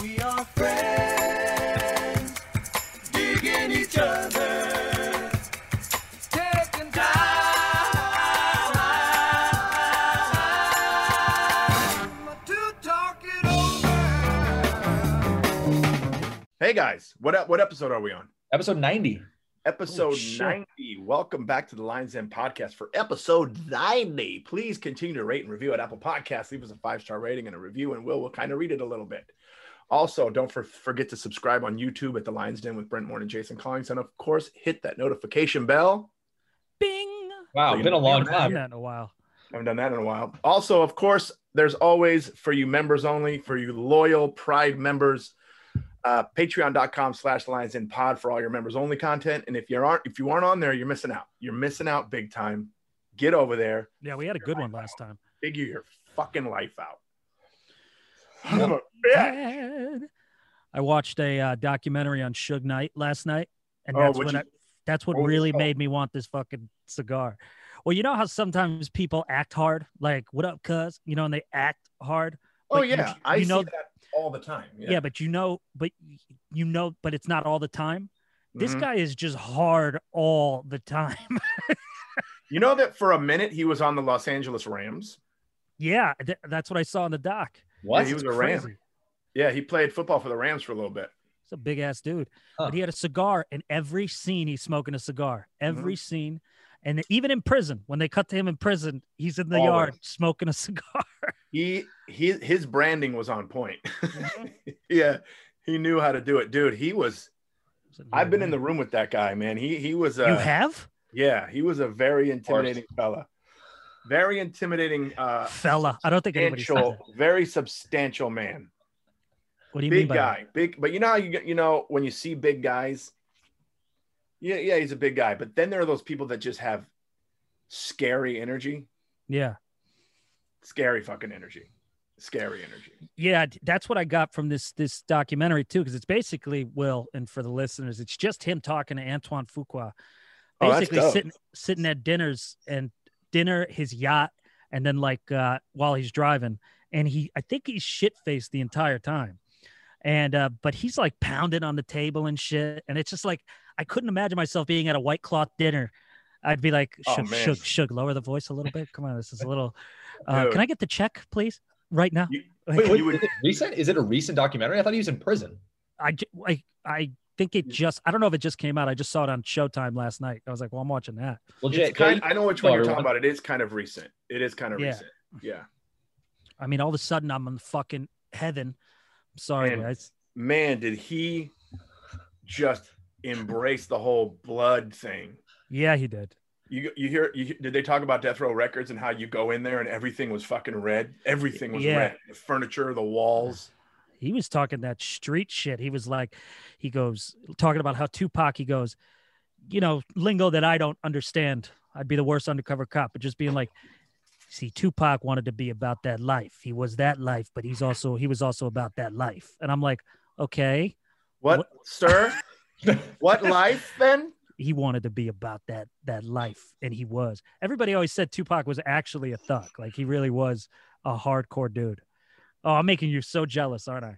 We are friends, digging each other, taking time to talk it over. Hey guys, what ep- what episode are we on? Episode 90. Episode Oh, shit. 90. Welcome back to the Lions Den podcast for episode 90. Please continue to rate and review at Apple Podcasts. Leave us a five star rating and a review, and we'll, we'll kind of read it a little bit. Also, don't for, forget to subscribe on YouTube at the Lions Den with Brent Moore and Jason Collings. And of course, hit that notification bell. Bing. Wow, So been a you- long you- I haven't time. done it in a while. haven't done that in a while. Also, of course, there's always for you members only, for you loyal Pride members, uh, patreon.com slash lions in pod for all your members only content. And if you aren't, if you aren't on there, you're missing out. You're missing out big time. Get over there, Yeah, we had a good one last time. figure your fucking life out. I'm a bitch. I watched a uh, documentary on Suge Knight last night, and Oh, that's what when you- I, that's what what was it really called? made me want this fucking cigar. Well, you know how sometimes people act hard, like "What up, cuz?" You know, and they act hard. Oh But you- yeah, I you know- see that all the time. Yeah. but you know, but y- you know, but it's not all the time. This Mhm. guy is just hard all the time. you know that for a minute he was on the Los Angeles Rams. yeah, th- that's what I saw in the doc. What? Yeah, he was a It's Ram. crazy. Yeah, he played football for the Rams for a little bit. He's a big ass dude. Huh. But he had a cigar in every scene. He's smoking a cigar. Mm-hmm. Every scene. And even in prison, when they cut to him in prison, he's in the yard Always. smoking a cigar. he he his branding was on point yeah he knew how to do it dude he was i've been in the room with that guy man he he was You uh have? yeah he was a very intimidating fella very intimidating uh Fella. I don't think anybody said substantial that. very substantial man What do you mean big by that? guy big but you know how you get- you know when you see big guys yeah yeah he's a big guy but then there are those people that just have scary energy Yeah. scary fucking energy scary energy Yeah, d- that's what I got from this this documentary too, because it's basically Will, and for the listeners, it's just him talking to Antoine Fuqua. Oh, that's Basically dope. sitting sitting at dinners and dinner, his yacht, and then like uh while he's driving. And he I think he's shit faced the entire time. And uh, but he's like pounding on the table and shit. And it's just like I couldn't imagine myself being at a white cloth dinner. I'd be like, Oh, shook, man. shook, shook, lower the voice a little bit. Come on, this is a little uh, Dude. can I get the check, please? Right now. You- Like- Wait, wait, You would- is it recent? Is it a recent documentary? I thought he was in prison. I, ju- I, I think it just, I don't know if it just came out. I just saw it on Showtime last night. I was like, well, I'm watching that. Well, It's Jay, kind- Jay, I know which one you're Sorry, talking what? about. It is kind of recent. It is kind of Yeah. recent. Yeah. I mean, all of a sudden I'm in fucking heaven. I'm sorry, And- guys. Man, did he just embrace the whole blood thing? Yeah, he did. You you hear? You, hear- did they talk about Death Row Records and how you go in there and everything was fucking red? Everything was Yeah. red. The furniture, the walls. He was talking that street shit. He was like, he goes, talking about how Tupac, he goes, you know, lingo that I don't understand. I'd be the worst undercover cop, but just being like, see, Tupac wanted to be about that life. He was that life, but he's also, he was also about that life. And I'm like, okay, What, What- sir? what life then? he wanted to be about that that life and he was everybody always said tupac was actually a thug like he really was a hardcore dude oh i'm making you so jealous aren't i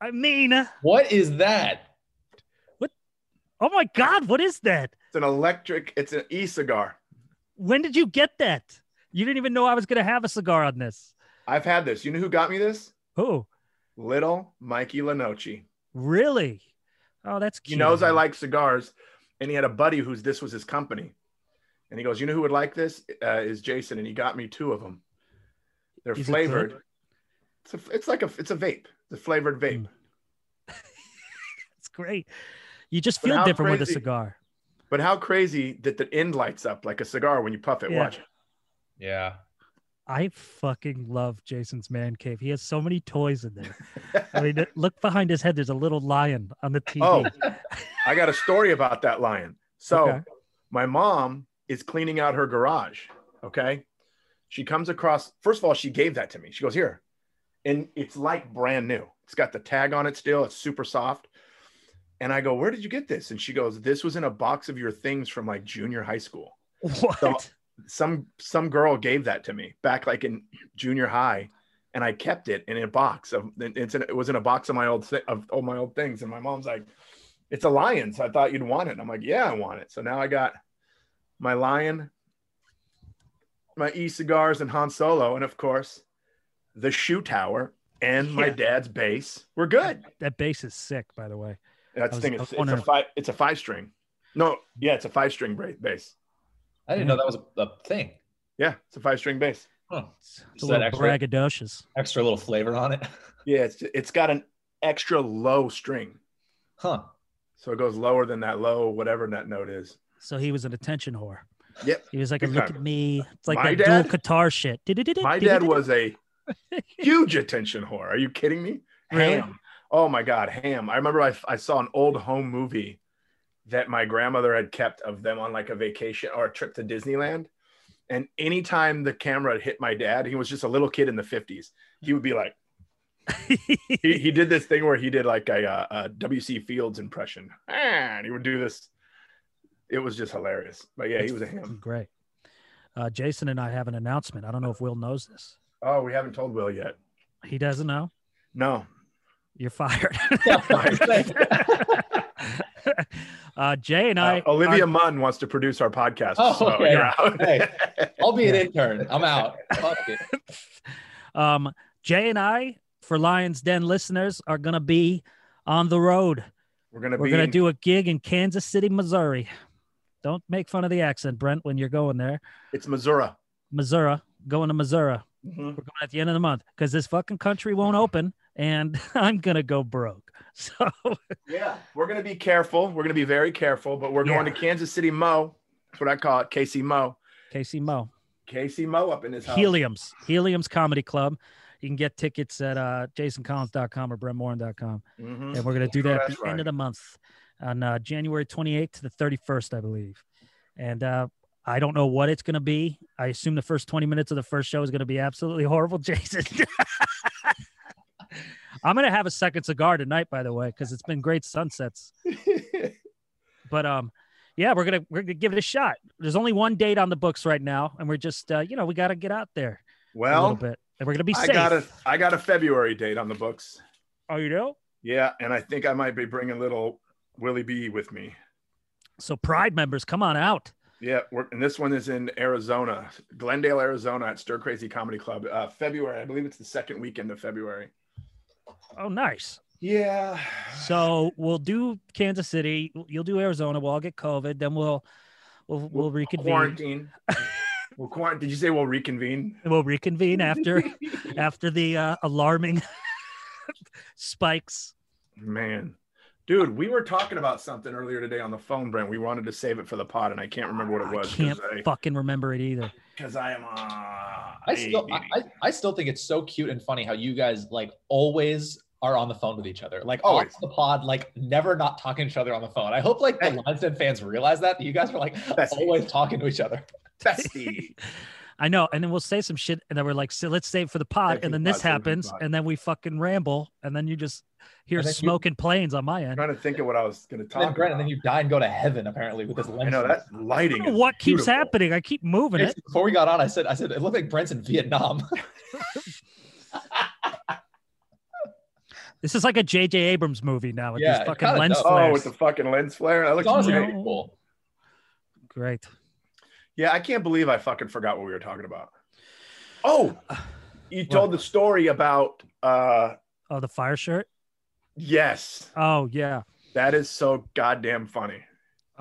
i mean oh what is that? my god what is that It's an electric. It's an e-cigar. when did you get that you didn't even know i was gonna have a cigar on this I've had this. You know who got me this? oh Little Mikey Lanochi. really oh that's He cute knows I like cigars, and he had a buddy whose this was his company, and he goes, "You know who would like this uh, is Jason," and he got me two of them. They're Is it flavored. good? it's, a, it's like a it's a vape. It's a flavored vape. Mm. it's great you just But feel how different with a crazy- cigar But how crazy that the end lights up like a cigar when you puff it. Yeah. Watch it. Yeah. I fucking love Jason's man cave. He has so many toys in there. I mean, look behind his head. There's a little lion on the TV. Oh, I got a story about that lion. So, Okay. my mom is cleaning out her garage. Okay. She comes across, first of all, she gave that to me. She goes, Here. And it's like brand new. It's got the tag on it still. It's super soft. And I go, Where did you get this? And she goes, This was in a box of your things from like junior high school. what? Some some girl gave that to me back like in junior high. and I kept it in a box of it's in, it was in a box of my old thi- of all my old things. And my mom's like, "It's a lion, so I thought you'd want it." And I'm like, "Yeah, I want it." So now I got my lion, my e cigars, and Han Solo, and of course, the shoe tower and my Yeah. dad's bass. We're good. That bass is sick, by the way. That's the I was- thing. I It's, was it's a wondering- five. It's a five string. No, yeah, it's a five string bra- bass. I didn't know that was a, a thing. Yeah, it's a five string bass. Huh. It's, it's Is a that little extra? braggadocious. Extra little flavor on it. Yeah, it's it's got an extra low string, Huh. so it goes lower than that low whatever that note is. So he was an attention whore. Yep. He was like, a Big look time. at me. It's like My that dad- dual guitar shit. My dad was a huge attention whore. Are you kidding me? Really? Ham. Oh my God, ham. I remember I, I saw an old home movie that my grandmother had kept of them on like a vacation or a trip to Disneyland. And anytime the camera hit my dad, he was just a little kid in the 50s. He would be like, he, he did this thing where he did like a, uh, a WC Fields impression. Ah, And he would do this. It was just hilarious. But yeah, he was a ham. Great. Uh, Jason and I have an announcement. I don't know if Will knows this. Oh, we haven't told Will yet. He doesn't know. No. You're fired. Yeah, right. uh, Jay and Uh, I. Olivia are- Munn wants to produce our podcast. Oh, so okay. you're out. Hey, I'll be an intern. I'm out. Fuck it. um, Jay and I, for Lions Den listeners, are going to be on the road. We're gonna We're be going to in- do a gig in Kansas City, Missouri. Don't make fun of the accent, Brent, when you're going there. it's Missouri. Missouri, going to Missouri. We're going at the end of the month because this fucking country won't open and I'm going to go broke. So, Yeah, we're gonna be careful. We're gonna be very careful, but we're going Yeah. to Kansas City Mo. That's what I call it, KC Mo. Casey Mo. KC Mo up in his house. Helium's Helium's Comedy Club. You can get tickets at uh, jasoncollins.com or brentmorin.com. Mhm. And we're going to do that at That's the end right. of the month on uh, January 28th to the 31st, I believe. And uh, I don't know what it's going to be. I assume the first 20 minutes of the first show is going to be absolutely horrible, Jason. I'm going to have a second cigar tonight, by the way, because it's been great sunsets. But um, yeah, we're gonna we're gonna give it a shot. There's only one date on the books right now, and we're just uh, you know we got to get out there a well, little bit. And we're gonna be I safe. got a I got a February date on the books. Oh, you know. Yeah, and I think I might be bringing little Willie B with me. So Pride members, come on out. Yeah, we're, and this one is in Arizona, Glendale, Arizona, at Stir Crazy Comedy Club, uh, February. I believe it's the second weekend of February. Oh, nice. Yeah. So we'll do Kansas City. You'll do Arizona. We'll all get COVID. Then we'll we'll we'll reconvene. quarantine. well, quarantine. Did you say we'll reconvene? We'll reconvene after after the uh, alarming spikes. Man, dude, we were talking about something earlier today on the phone, Brent. We wanted to save it for the pod, and I can't remember what it I was can't fucking remember it either. because I, am. Uh, I still, I, I, I still think it's so cute and funny how you guys like always are on the phone with each other, like always Always. the pod, like never not talking to each other on the phone. I hope like the Hey. Lionsden fans realize that you guys are like That's- always talking to each other. testy. I know. And then we'll say some shit, and then we're like, so let's save it for the pod. Save it for and the then pod, save it for this the happens, pod. and then we fucking ramble, and then you just hear And then you- smoke and planes on my I'm end. trying to think of what I was going to And talk then Brent, and about. then you die and go to heaven apparently with this lens. I know flare. that lighting. I don't Is know what keeps beautiful. happening. I keep moving it. Jason, Before we got on, I said, I said it looked like Brent's in Vietnam. This is like a J.J. Abrams movie now with Yeah, these it fucking kinda lens does. Oh, flares. with the fucking lens flare. That It's looks honestly great. pretty cool. Great. Yeah, I can't believe I fucking forgot what we were talking about. Oh, you What? told the story about. uh Oh, the fire shirt. Yes, Oh yeah. that is so goddamn funny.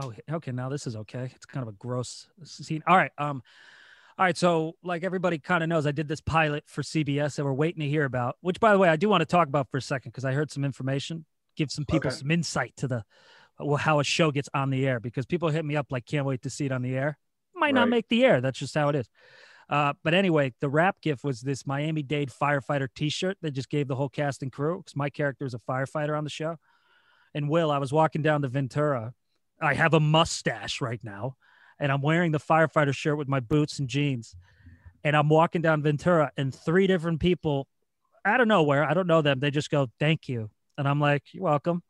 Oh okay. Now this is okay. It's kind of a gross scene. All right. Um. All right. So like everybody kind of knows, I did this pilot for CBS that we're waiting to hear about. Which, by the way, I do want to talk about for a second because I heard some information, give some people Okay. some insight to the well, how a show gets on the air because people hit me up like, can't wait to see it on the air. Might not Right. make the air. That's just how it is. Uh, but anyway, the wrap gift was this Miami Dade firefighter T-shirt they just gave the whole cast and crew because my character is a firefighter on the show. And Will, I was walking down to Ventura. I have a mustache right now, and I'm wearing the firefighter shirt with my boots and jeans. And I'm walking down Ventura, and three different people out of nowhere, I don't know them, they just go, "Thank you," and I'm like, "You're welcome,"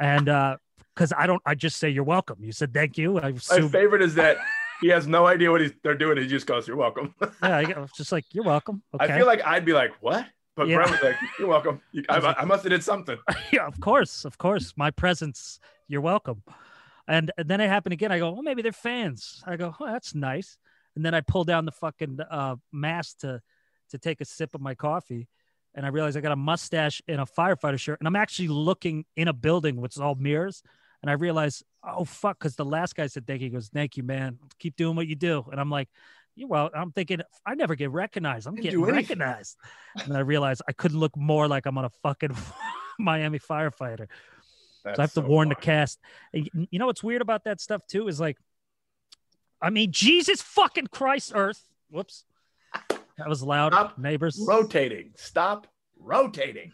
uh, and because I don't, I just say, "You're welcome." You said, "Thank you." I My assume favorite is that He has no idea what he's, they're doing. He just goes, "You're welcome." Yeah, I was just like, you're welcome. Okay. I feel like I'd be like, "What?" But Yeah. Brent was like, "You're welcome." You- I, I was like- I must have did something. yeah, of course, of course. My presence, you're welcome. And, and then it happened again. I go, well, maybe they're fans. I go, oh, that's nice. And then I pull down the fucking uh, mask to to take a sip of my coffee, and I realize I got a mustache and a firefighter shirt, and I'm actually looking in a building which is all mirrors. And I realize, oh fuck, because the last guy said thank you. He goes, thank you, man. Keep doing what you do. And I'm like, you well, I'm thinking I never get recognized. I'm Didn't getting do anything. recognized. And then I realized I couldn't look more like I'm on a fucking Miami firefighter. So I have That's to so warn the funny. cast. And y- You know what's weird about that stuff too is like, I mean, Jesus fucking Christ, Earth. Whoops, that was loud. Stop Neighbors, rotating. Stop rotating.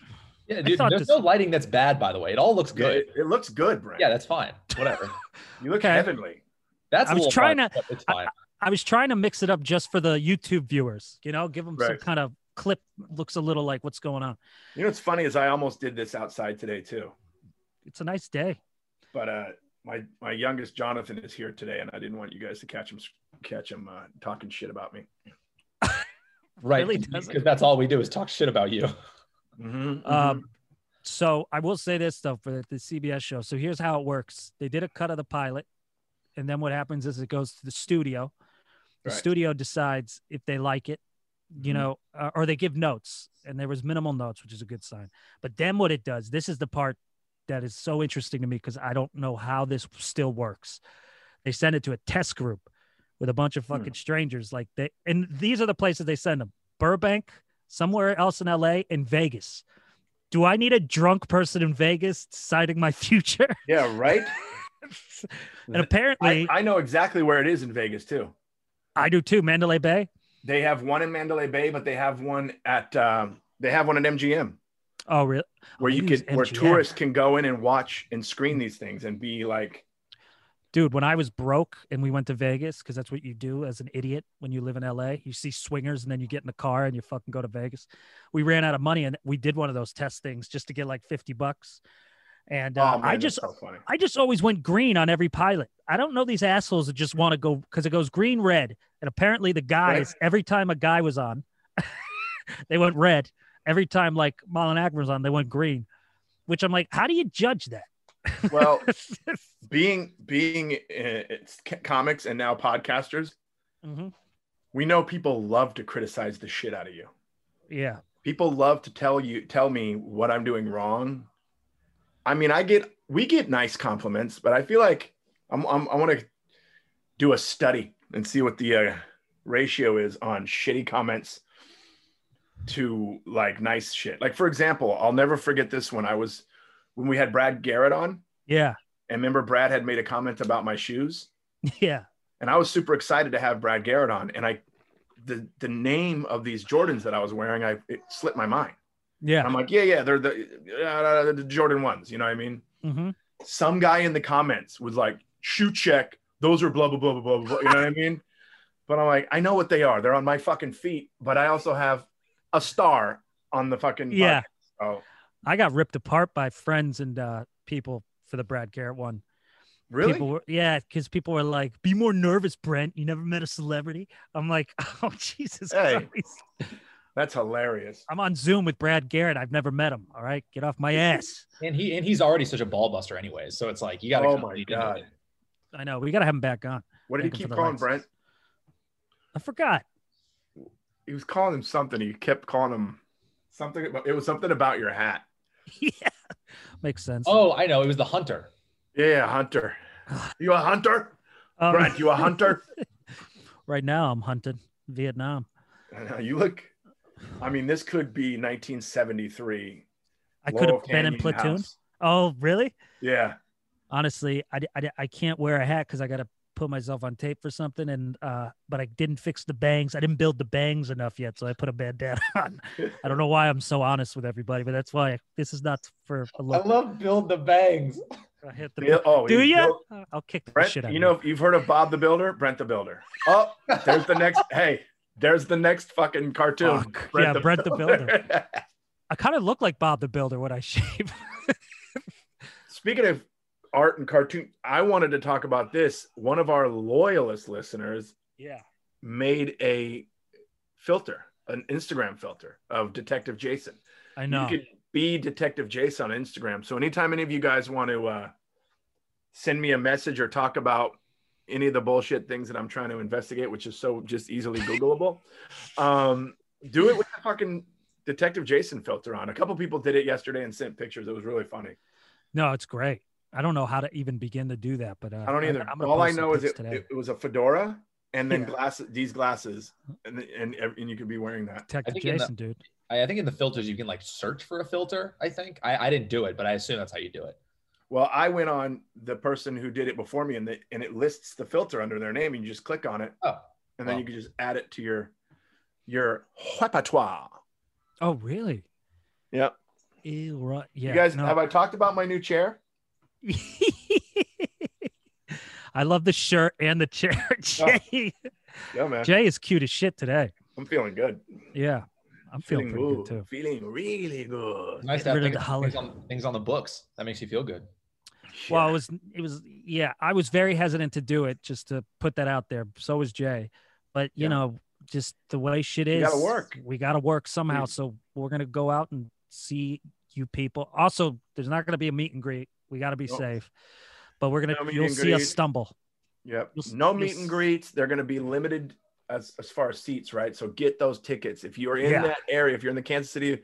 Yeah, dude. thought There's this- no lighting that's bad, by the way. It all looks good. It, it looks good, Brent. Yeah, that's fine. Whatever. you look okay. heavenly. That's I a was little trying much, but It's I- fine. I was trying to mix it up just for the YouTube viewers. You know, give them some Right. kind of clip. Looks a little like what's going on. You know what's funny is I almost did this outside today too, It's a nice day. but uh, my my youngest Jonathan is here today, and I didn't want you guys to catch him catch him uh, talking shit about me. right. really doesn't. Because that's all we do is talk shit about you. Mhm, mhm. Um, so I will say this though for the, the CBS show. So here's how it works: they did a cut of the pilot, and then what happens is it goes to the studio. The Right. Mm-hmm. studio decides if they like it, you know, uh, or they give notes, and there was minimal notes, which is a good sign. But then what it does, this is the part that is so interesting to me because I don't know how this still works. They send it to a test group with a bunch of Hmm. fucking strangers, like they, and these are the places they send them: Burbank, somewhere else in LA, and Vegas. Do I need a drunk person in Vegas deciding my future? yeah, right. and apparently, I, I, I know exactly where it is in Vegas too. do too. Mandalay Bay. They have one in Mandalay Bay, but they have one at um, they have one at MGM Oh, really? where Oh, you they could use where MGM. tourists can go in and watch and screen these things and be like, Dude, when I was broke and we went to Vegas, because that's what you do as an idiot when you live in LA, you see swingers and then you get in the car and you fucking go to Vegas. We ran out of money and we did one of those test things just to get like 50 bucks. And uh, oh, man, I that's just so funny. I just always went green on every pilot. I don't know these assholes that just want to go because it goes green, red, and apparently the guys every time a guy was on, they went red. Every time like Marlon Ackman was on, they went green. Which I'm like, how do you judge that? Well, being being uh, it's c- comics and now podcasters, Mm-hmm. Mhm. we know people love to criticize the shit out of you. Yeah, People love to tell you tell me what I'm doing wrong. I mean, I get we get nice compliments, but I feel like I'm, I'm I want to do a study and see what the uh, ratio is on shitty comments to like nice shit. Like for example, I'll never forget this one. I was when we had Brad Garrett on, yeah, and remember Brad had made a comment about my shoes yeah. and I was super excited to have Brad Garrett on. And I, the the name of these Jordans that I was wearing, I it slipped my mind. And Yeah. I'm like, yeah, yeah, they're the, uh, the Jordan ones. You know what I mean? hmm Some guy in the comments was like, shoe check. Those are blah blah blah blah blah. blah. You know what I mean? But I'm like, I know what they are. They're on my fucking feet. But I also have a star on the fucking Yeah. Oh, I got ripped apart by friends and uh, people for the Brad Garrett one. really? People were, yeah, because people were like, "Be more nervous, Brent. You never met a celebrity." I'm like, "Oh Jesus Hey. Christ." That's hilarious. I'm on Zoom with Brad Garrett. I've never met him. All right, get off my ass. And he and he's already such a ball buster anyways. So it's like you gotta Oh kinda my lean into God. it. I know we got to have him back on. What did he Thank keep you for the calling likes. Brent? I forgot. He was calling him something. He kept calling him something. About, it was something about your hat. yeah, makes sense. Oh, I know. It was the hunter. Yeah, hunter. You a hunter, Um, Brent? You a hunter? right now I'm hunting Vietnam. I know, you look. I mean, this could be 1973. I could Laurel have been in Canyon platoon. House. Oh, really? Yeah, Honestly, I, d- I, d- I can't wear a hat because I got to put myself on tape for something. And uh, but I didn't fix the bangs. I didn't build the bangs enough yet, so I put a bandana on. I don't know why I'm so honest with everybody, but that's why this is not for a I look. love build the bangs. I hit the. Yeah, Oh, Do he- you? Bill- I'll kick the Brent, shit out. of you know, you've heard of Bob the Builder, Brent the Builder. Oh, there's the next. hey, there's the next fucking cartoon. Fuck. Yeah, Brent the Builder. I kind of look like Bob the Builder when I shave. Speaking of art and cartoon. I wanted to talk about this. One of our loyalist listeners Yeah. made a filter, an Instagram filter of Detective Jason. I know. You could be Detective Jason on Instagram. So anytime any of you guys want to uh, send me a message or talk about any of the bullshit things that I'm trying to investigate, which is so just easily Googleable, um, do it with the fucking Detective Jason filter on. A couple people did it yesterday and sent pictures. It was really funny. no, it's great. I don't know how to even begin to do that, but uh, I don't either. I'm gonna All I post some know is pics it, today. it, was a fedora and then Yeah. glasses, these glasses, and, and and you could be wearing that. Detective think in the- Jason, dude. I, I think in the filters you can like search for a filter. I think I, I didn't do it, but I assume that's how you do it. Well, I went on the person who did it before me, and the, and it lists the filter under their name, and you just click on it. Oh. and then Wow. you can just add it to your your repertoire. Oh, really? Yep. Ew, right. Yeah. you guys, no. have I talked about my new chair? I love the shirt and the chair. Oh. Jay, Yeah, man. Jay is cute as shit today. I'm feeling good. Yeah, I'm feeling pretty good good. too. Feeling really good. It's nice to Get have rid of things, the holler. things on, things on the books. That makes you feel good. Well, it Yeah. was, it was, yeah, I was very hesitant to do it, just to put that out there. So was Jay, but you Yeah. know, just the way shit You is, gotta work. We got to work somehow. So we're gonna go out and see you people. Also, there's not gonna be a meet and greet. We got to be Nope. safe, but we're gonna. No meet you'll and see us greet. stumble. Yep. You'll s- No you'll meet and s- greets. They're going to be limited as, as far as seats, right? So get those tickets. If you're in Yeah. that area, if you're in the Kansas City,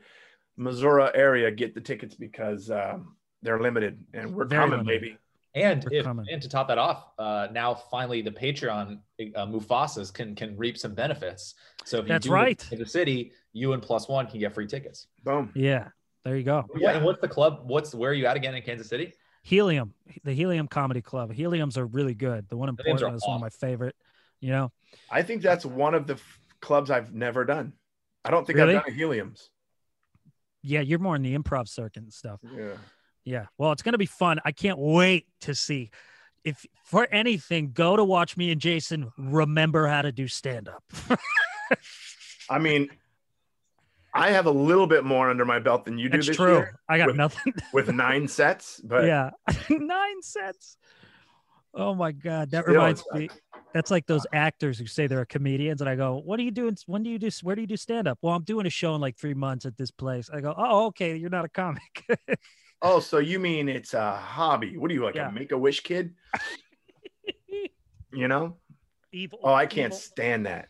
Missouri area, get the tickets because um, they're limited and we're Very coming, limited. baby. And We're if, coming. and to top that off, uh, now finally the Patreon uh, Mufasas can can reap some benefits. So if you That's do live right. in the city, you and plus one can get free tickets. Boom. Yeah, there you go. Oh, What- and what's the club? What's where are you at again in Kansas City? Helium, the Helium Comedy Club. Heliums are really good. The one in Heliums are Portland is one of my favorite. You know, I think that's one of the f- clubs I've never done. I don't think Really? I've done a heliums. yeah, you're more in the improv circuit and stuff. Yeah. Yeah. Well, it's going to be fun. I can't wait to see. If for anything, go to watch me and Jason remember how to do stand up. I mean, I have a little bit more under my belt than you do That's this true. year I got with- nothing. with nine sets, but yeah. Nine cents. Oh my God. That Still, reminds it's me. That's like those actors who say they're comedians. And I go, What are you doing? When do you do? Where do you do stand up? Well, I'm doing a show in like three months at this place. I go, Oh, okay. You're not a comic. oh, so you mean it's a hobby? What are you like Yeah. a make a wish kid? you know? evil. Oh, I can't evil. stand that.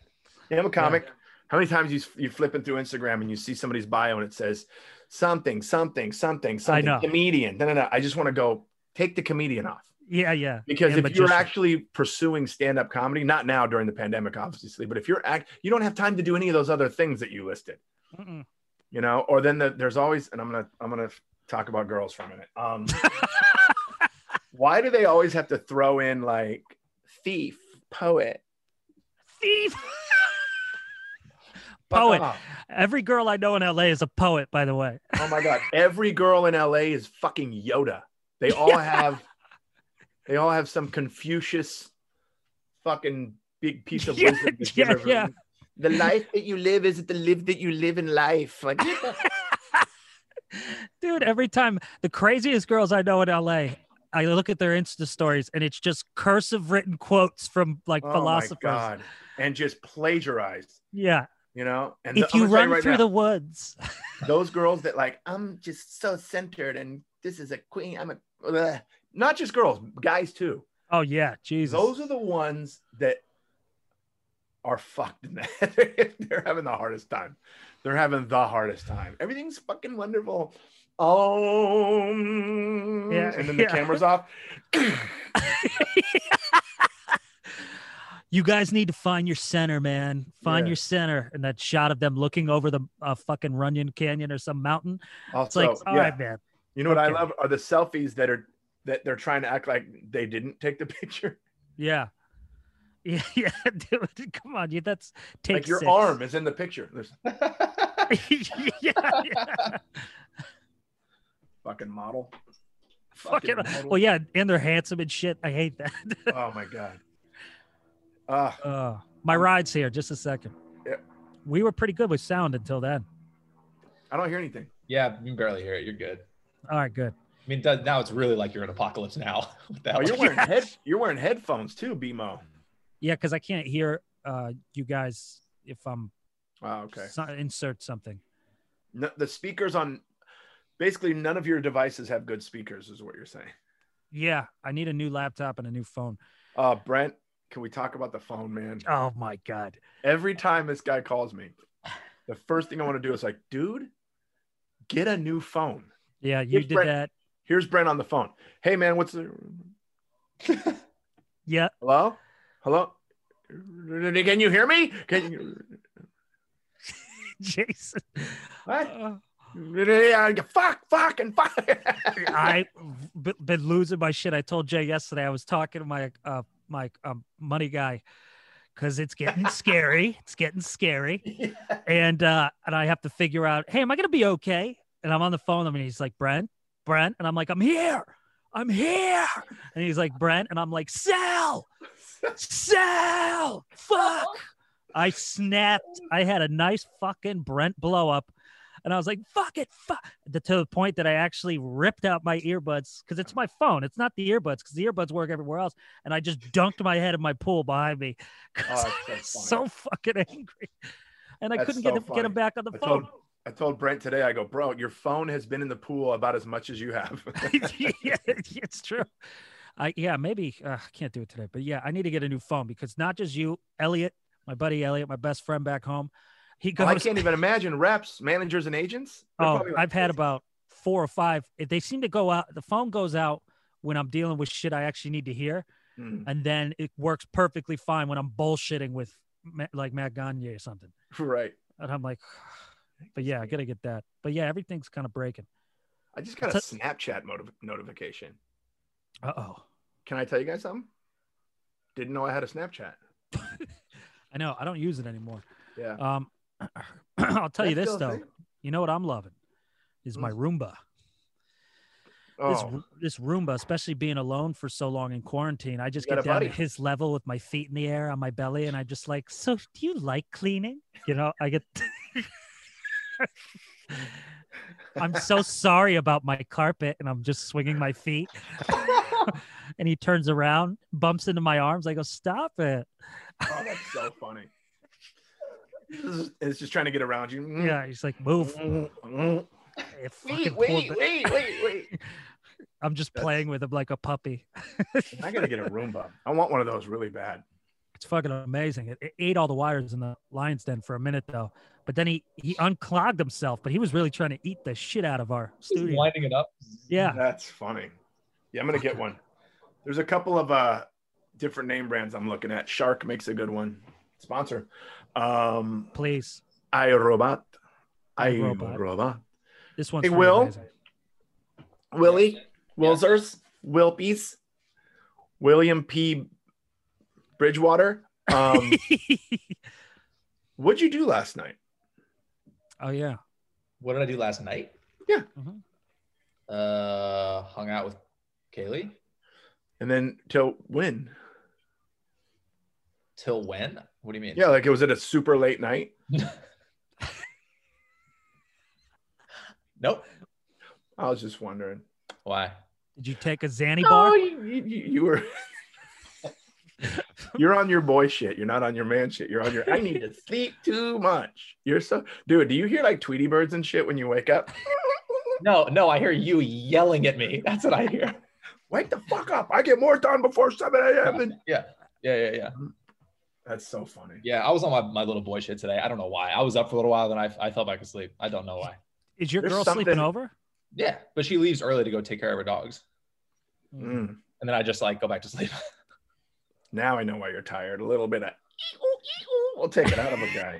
Yeah, I'm a comic. How many times you you flipping through Instagram and you see somebody's bio and it says something, something, something, something, know. comedian? No, no, no. I just want to go take the comedian off. Yeah, yeah. because And if you're magician. actually pursuing stand-up comedy not now during the pandemic obviously but if you're act you don't have time to do any of those other things that you listed Mm-mm. you know or then the, there's always and i'm gonna i'm gonna talk about girls for a minute um why do they always have to throw in like thief poet Thief. Fuck Poet. off. Every girl I know in LA is a poet, by the way. oh my god every girl in la is fucking yoda they all have they all have some confucius fucking big piece of Yeah, wisdom that's yeah, given- yeah. the life that you live is the live that you live in life like Dude, every time the craziest girls I know in LA, I look at their Insta stories and it's just cursive written quotes from like philosophers. Oh My God. And just plagiarized, Yeah. you know? And if the- you I'm gonna tell run right through now, the woods. those girls that like, I'm just so centered and this is a queen. I'm a bleh." not just girls, guys too. Oh, yeah. Jesus. Those are the ones that are fucked in that. They're having the hardest time. They're having the hardest time. Everything's fucking wonderful. Oh, Yeah, and then the yeah. camera's off. you guys need to find your center, man. Find Yeah. your center. And that shot of them looking over the uh, fucking Runyon Canyon or some mountain. It's Also, like, oh, all right, yeah. man. You know what Okay. I love are the selfies that are that they're trying to act like they didn't take the picture. Yeah. Yeah, yeah, dude. Come on, you. That's take like your six. arm is in the picture. There's yeah, yeah. fucking model. Fucking. model. Well, yeah, and they're handsome and shit. I hate that. Oh my god. Uh, Uh, my ride's here. Just a second. Yeah. We were pretty good with sound until then. I don't hear anything. Yeah, you can barely hear it. You're good. All right, good. I mean, that, now it's really like you're in apocalypse now. What the Oh, hell? you're wearing Yeah. head you're wearing headphones too, BMO. Yeah, because I can't hear uh, you guys if I'm Wow, okay. so- insert something. No, the speakers on basically none of your devices have good speakers, is what you're saying. Yeah, I need a new laptop and a new phone. Uh, Brent, can we talk about the phone, man? Oh my god. Every time this guy calls me, the first thing I want to do is like, dude, get a new phone. Yeah, you It's did Brent. that. Here's Brent on the phone. Hey, man, what's the Yeah, hello? Hello? Can you hear me? Can you? Jason. What? Uh, Fuck, fuck, and fuck. I b- been losing my shit. I told Jay yesterday. I was talking to my uh my um, money guy because it's getting scary. It's getting scary. and uh and I have to figure out, hey, am I gonna be okay? And I'm on the phone. I mean, he's like, Brent, Brent, and I'm like, I'm here, I'm here. And he's like, Brent, and I'm like, Sal, Sal, fuck. I snapped. I had a nice fucking Brent blow up. And I was like, fuck it, fuck. To the point that I actually ripped out my earbuds because it's my phone. It's not the earbuds because the earbuds work everywhere else. And I just dunked my head in my pool behind me 'cause Oh, I was that's so so funny. fucking angry. And I That's couldn't so get, him, get funny. him back on the I phone. told, I told Brent today, I go, bro, your phone has been in the pool about as much as you have. yeah, it's true. I yeah, maybe uh, I can't do it today, but yeah, I need to get a new phone because not just you, Elliot, my buddy Elliot, my best friend back home. He goes. Oh, I can't even imagine reps, managers, and agents. They're oh, probably like, I've had about four or five. If They seem to go out. The phone goes out when I'm dealing with shit I actually need to hear, "Hmm, and then it works perfectly fine when I'm bullshitting with Ma- like Matt Gagne or something. right. And I'm like, but yeah, I gotta get that. But yeah, everything's kind of breaking. I just got a That's Snapchat motiv- notification. Uh oh. Can I tell you guys something? Didn't know I had a Snapchat. I know. I don't use it anymore. Yeah. Um, I'll tell you That's this still a though. thing? Mm. You know what I'm loving is my Roomba. This Oh, This this Roomba, especially being alone for so long in quarantine, I just got a get down buddy. to his level with my feet in the air on my belly, and I just like, so do you like cleaning? You know, I get. I'm so sorry about my carpet, and I'm just swinging my feet. and he turns around, bumps into my arms. I go, "Stop it!" oh, that's so funny. This is- It's just trying to get around you. "Mm, Yeah, he's like, "Move!" mm, mm." It fucking Wait, pulled wait, wait, the- wait, wait. I'm just That's- playing with him like a puppy. I gotta get a Roomba. I want one of those really bad. It's fucking amazing. It, it ate all the wires in the lion's den for a minute though, but then he he unclogged himself. But he was really trying to eat the shit out of our Just studio. lining it up. Yeah, That's funny. Yeah, I'm gonna get one. There's a couple of uh different name brands I'm looking at. Shark makes a good one. Sponsor. Um please. iRobot. iRobot. iRobot. This one's Hey, fucking Will? amazing. Willie, Wilzers, Wilpies, William P. Bridgewater. Um, what'd you do last night? oh yeah. What did I do last night? Yeah. Mhm. Uh, hung out with Kaylee And then till when? till when? What do you mean? Yeah, like it was at a super late night. Nope. I was just wondering. Why? Did you take a Zanny No, bar? Oh, you, you, you were. You're on your boy shit. You're not on your man shit. You're on your. I need to sleep too much. You're so dude. Do you hear like Tweety birds and shit when you wake up? No, no. I hear you yelling at me. That's what I hear. Wake the fuck up! I get more done before seven a.m. And- Yeah. Yeah. Yeah. Yeah. That's so funny. Yeah. I was on my, my little boy shit today. I don't know why. I was up for a little while, then I, I fell back asleep. I don't know why. Is your There's girl something- sleeping over? Yeah. But she leaves early to go take care of her dogs. Mm. And then I just like go back to sleep. Now I know why you're tired. A little bit of we'll take it out of a guy.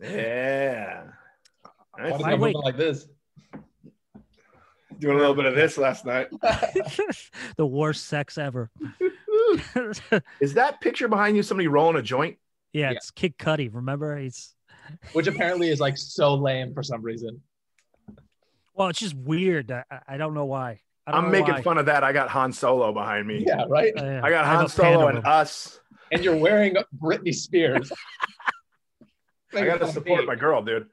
yeah. Why does Why my wait? movement like this? Doing a little bit of this last night. the worst sex ever. Is that picture behind you somebody rolling a joint? yeah, it's Kid Cudi. Remember, he's Which apparently is like so lame for some reason. well. It's just weird. I, I- I don't know why. I don't I'm know making why. fun of that. I got Han Solo behind me. Yeah. Right. Uh, yeah. I got have Han a pan Solo of and them. us. and you're wearing Britney Spears. I gotta support my girl, dude.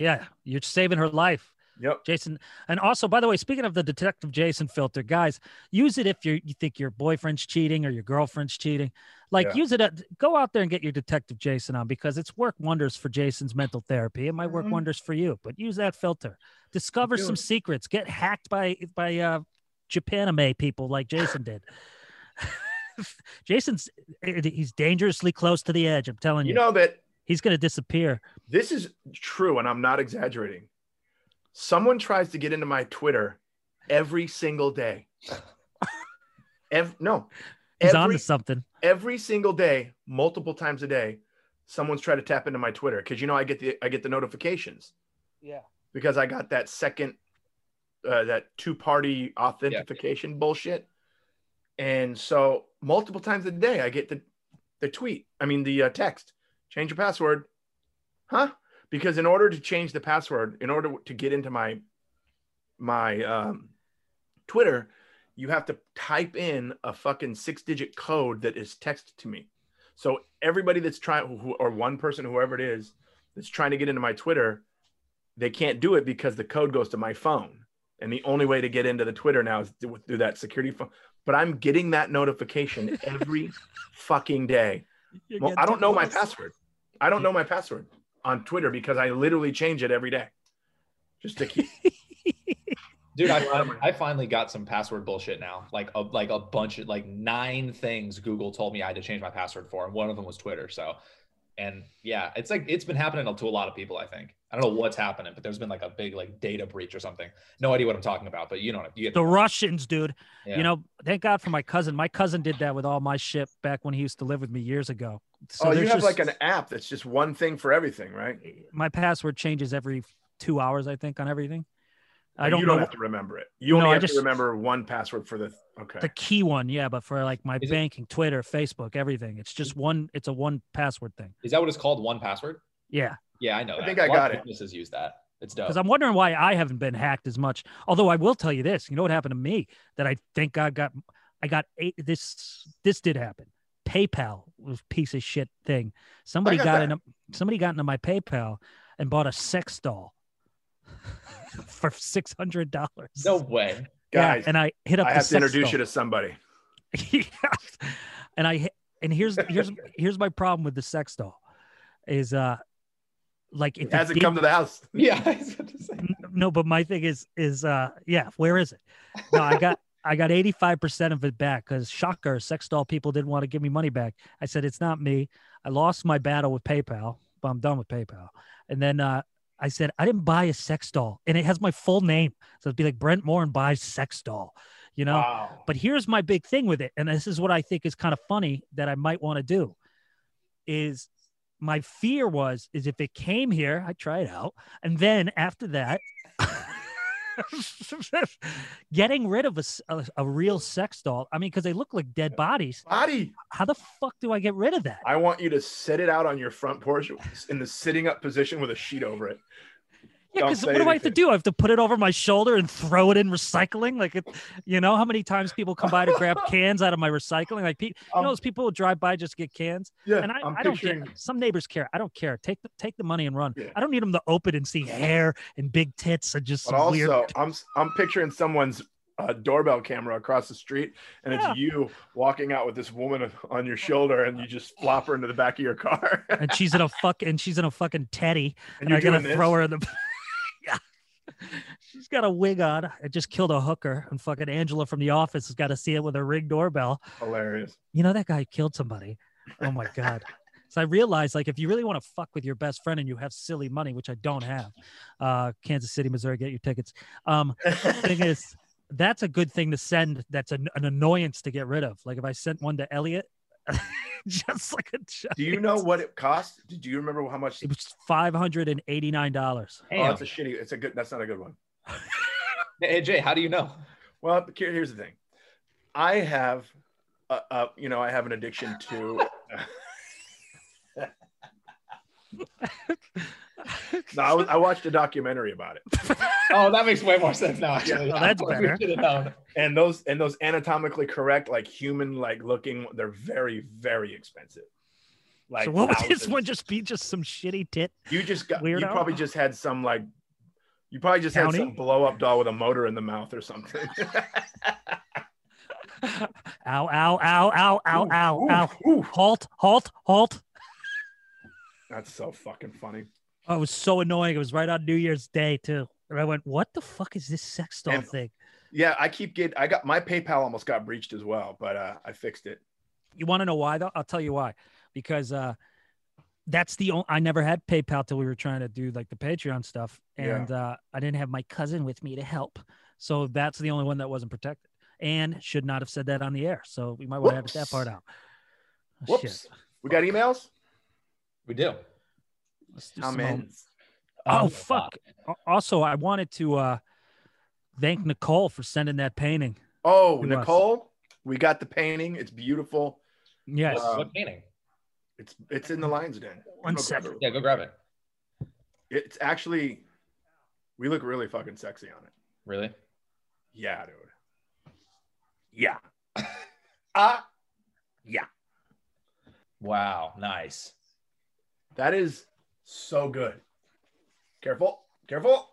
yeah, you're saving her life. Yep. Jason. And also, by the way, speaking of the Detective Jason filter, guys, use it if you you think your boyfriend's cheating or your girlfriend's cheating. Like, Yeah. use it. At, go out there and get your Detective Jason on because it's work wonders for Jason's mental therapy. It might work Mhm. wonders for you, but use that filter. Discover Do some it. secrets. Get hacked by by uh, Japanime people like Jason did. Jason's eh, he's dangerously close to the edge. I'm telling you, You know that he's gonna disappear. this is true, and I'm not exaggerating. Someone tries to get into my Twitter every single day. Ev- no, He's every, on to something. every single day, multiple times a day, someone's trying to tap into my Twitter because you know I get the I get the notifications Yeah. because I got that second uh, that two party authentication bullshit, and so multiple times a day I get the the tweet. I mean the uh, text. Change your password, huh? Because in order to change the password, in order to get into my my um, Twitter, you have to type in a fucking six digit code that is texted to me. So everybody that's trying, who, or one person, whoever it is, that's trying to get into my Twitter, they can't do it because the code goes to my phone. And the only way to get into the Twitter now is th- through that security phone. But I'm getting that notification every fucking day. Well, I don't know my password. I don't know my password on Twitter because I literally change it every day. Just to keep. Dude, I, fin- I finally got some password bullshit now. Like a like a bunch of like nine things Google told me I had to change my password for, and one of them was Twitter. So, and yeah, it's like it's been happening to a lot of people. I think I don't know what's happening, but there's been like a big like data breach or something. No idea what I'm talking about, but you know, you get The Russians, dude. yeah. You know, thank God for my cousin. My cousin did that with all my shit back when he used to live with me years ago. So oh, you there's have just- like an app that's just one thing for everything, right? my password changes every two hours, I think, on everything. I And don't you know don't have to remember it. You No, only I have just- to remember one password for the. Okay. the key one, yeah, but for like my Is it- banking, Twitter, Facebook, everything, it's just one. It's a one password thing. is that what it's called? One password? Yeah, Yeah, I know. I that. think I A lot got of it. Businesses use that. It's dope. because I'm wondering why I haven't been hacked as much. Although I will tell you this, you know what happened to me that I think I got, I got eight. This this did happen. PayPal was a piece of shit thing. Somebody got got, that. into somebody got into my PayPal and bought a sex doll for six hundred dollars. no way. Guys, yeah, and I hit up. I the have to sex introduce doll. you to somebody. yeah. and I hit- and here's here's here's my problem with the sex doll is uh like if It the hasn't dick- come to the house. Yeah, I was about to say. n- no but my thing is is uh yeah where is it no I got I got 85% of it back because shocker sex doll people didn't want to give me money back I said it's not me I lost my battle with PayPal but I'm done with PayPal and then uh I said I didn't buy a sex doll and it has my full name so it'd be like Brent Morin buys sex doll you know Wow. but here's my big thing with it, and this is what I think is kind of funny that I might want to do is my fear was is if it came here, I try it out, and then after that, getting rid of a, s- a- a real sex doll. I mean, because they look like dead bodies. Body, How the fuck do I get rid of that? I want you to set it out on your front porch in the sitting up position with a sheet over it. Yeah, Don't because say what do I have to anything. do? I have to put it over my shoulder and throw it in recycling. Like, it, you know, how many times people come by to grab cans out of my recycling? Like, pe- you Um, know, those people who drive by just to get cans. Yeah, and I, am I don't picturing. care. Some neighbors care. I don't care. Take the take the money and run. Yeah. I don't need them to open and see hair and big tits and just But some weird. also, I'm I'm picturing someone's uh, doorbell camera across the street, and Yeah. it's you walking out with this woman on your shoulder, and you just flop her into the back of your car, and, And she's in a fuck and she's in a fucking teddy, and you're I gotta doing this. throw her in the. yeah, she's got a wig on. I just killed a hooker, and fucking Angela from The Office has got to see it with her ring doorbell. Hilarious. you know that guy killed somebody. Oh my god. so I realized like if you really want to fuck with your best friend and you have silly money, which I don't have, uh, Kansas City, Missouri, get your tickets. Um, thing is, that's a good thing to send. That's an, an annoyance to get rid of. Like if I sent one to Elliot, just like a. giant- Do you know what it cost? Do you remember how much? It was five hundred and eighty nine dollars. Oh, Damn. that's a shitty. It's a good. That's not a good one. Hey Jay, how do you know? Well, here- here's the thing. I have, uh, uh, you know, I have an addiction to. no, I, was- I watched a documentary about it, Oh, that makes way more sense now. Actually, Yeah, that's We better. should've known. and those and those anatomically correct, like human, like looking, they're very, very expensive. Like so what would this thousands. one just be? Just some shitty tit? You just got. You Weirdo. probably just had some like You probably just County? had some blow up doll with a motor in the mouth or something. ow, ow, ow, ow, ow, ow, Ooh, ow. ooh. Halt, halt, halt. That's so fucking funny. Oh, it was so annoying. It was right on New Year's Day too. And I went, what the fuck is this sex doll And- thing? Yeah, I keep getting. I got my PayPal almost got breached as well, but uh, I fixed it. You want to know why though? I'll tell you why. Because uh that's the only I never had PayPal till we were trying to do like the Patreon stuff. Yeah. And uh I didn't have my cousin with me to help. So that's the only one that wasn't protected. And should not have said that on the air. So we might want to edit that Whoops. part out. Oh, Whoops. shit. We got emails. We do. Let's do some old- Comments. Oh Um, fuck. Al- Also, I wanted to uh thank Nicole for sending that painting. Oh, Who else? Nicole, we got the painting. It's beautiful. Yes. What, Wow. uh, what painting? It's it's in the lion's den. One Go grab second. it. Yeah, go grab it. It's actually, we look really fucking sexy on it. Really? Yeah, dude. Yeah. Ah, yeah. Wow. Nice. That is so good. Careful, careful.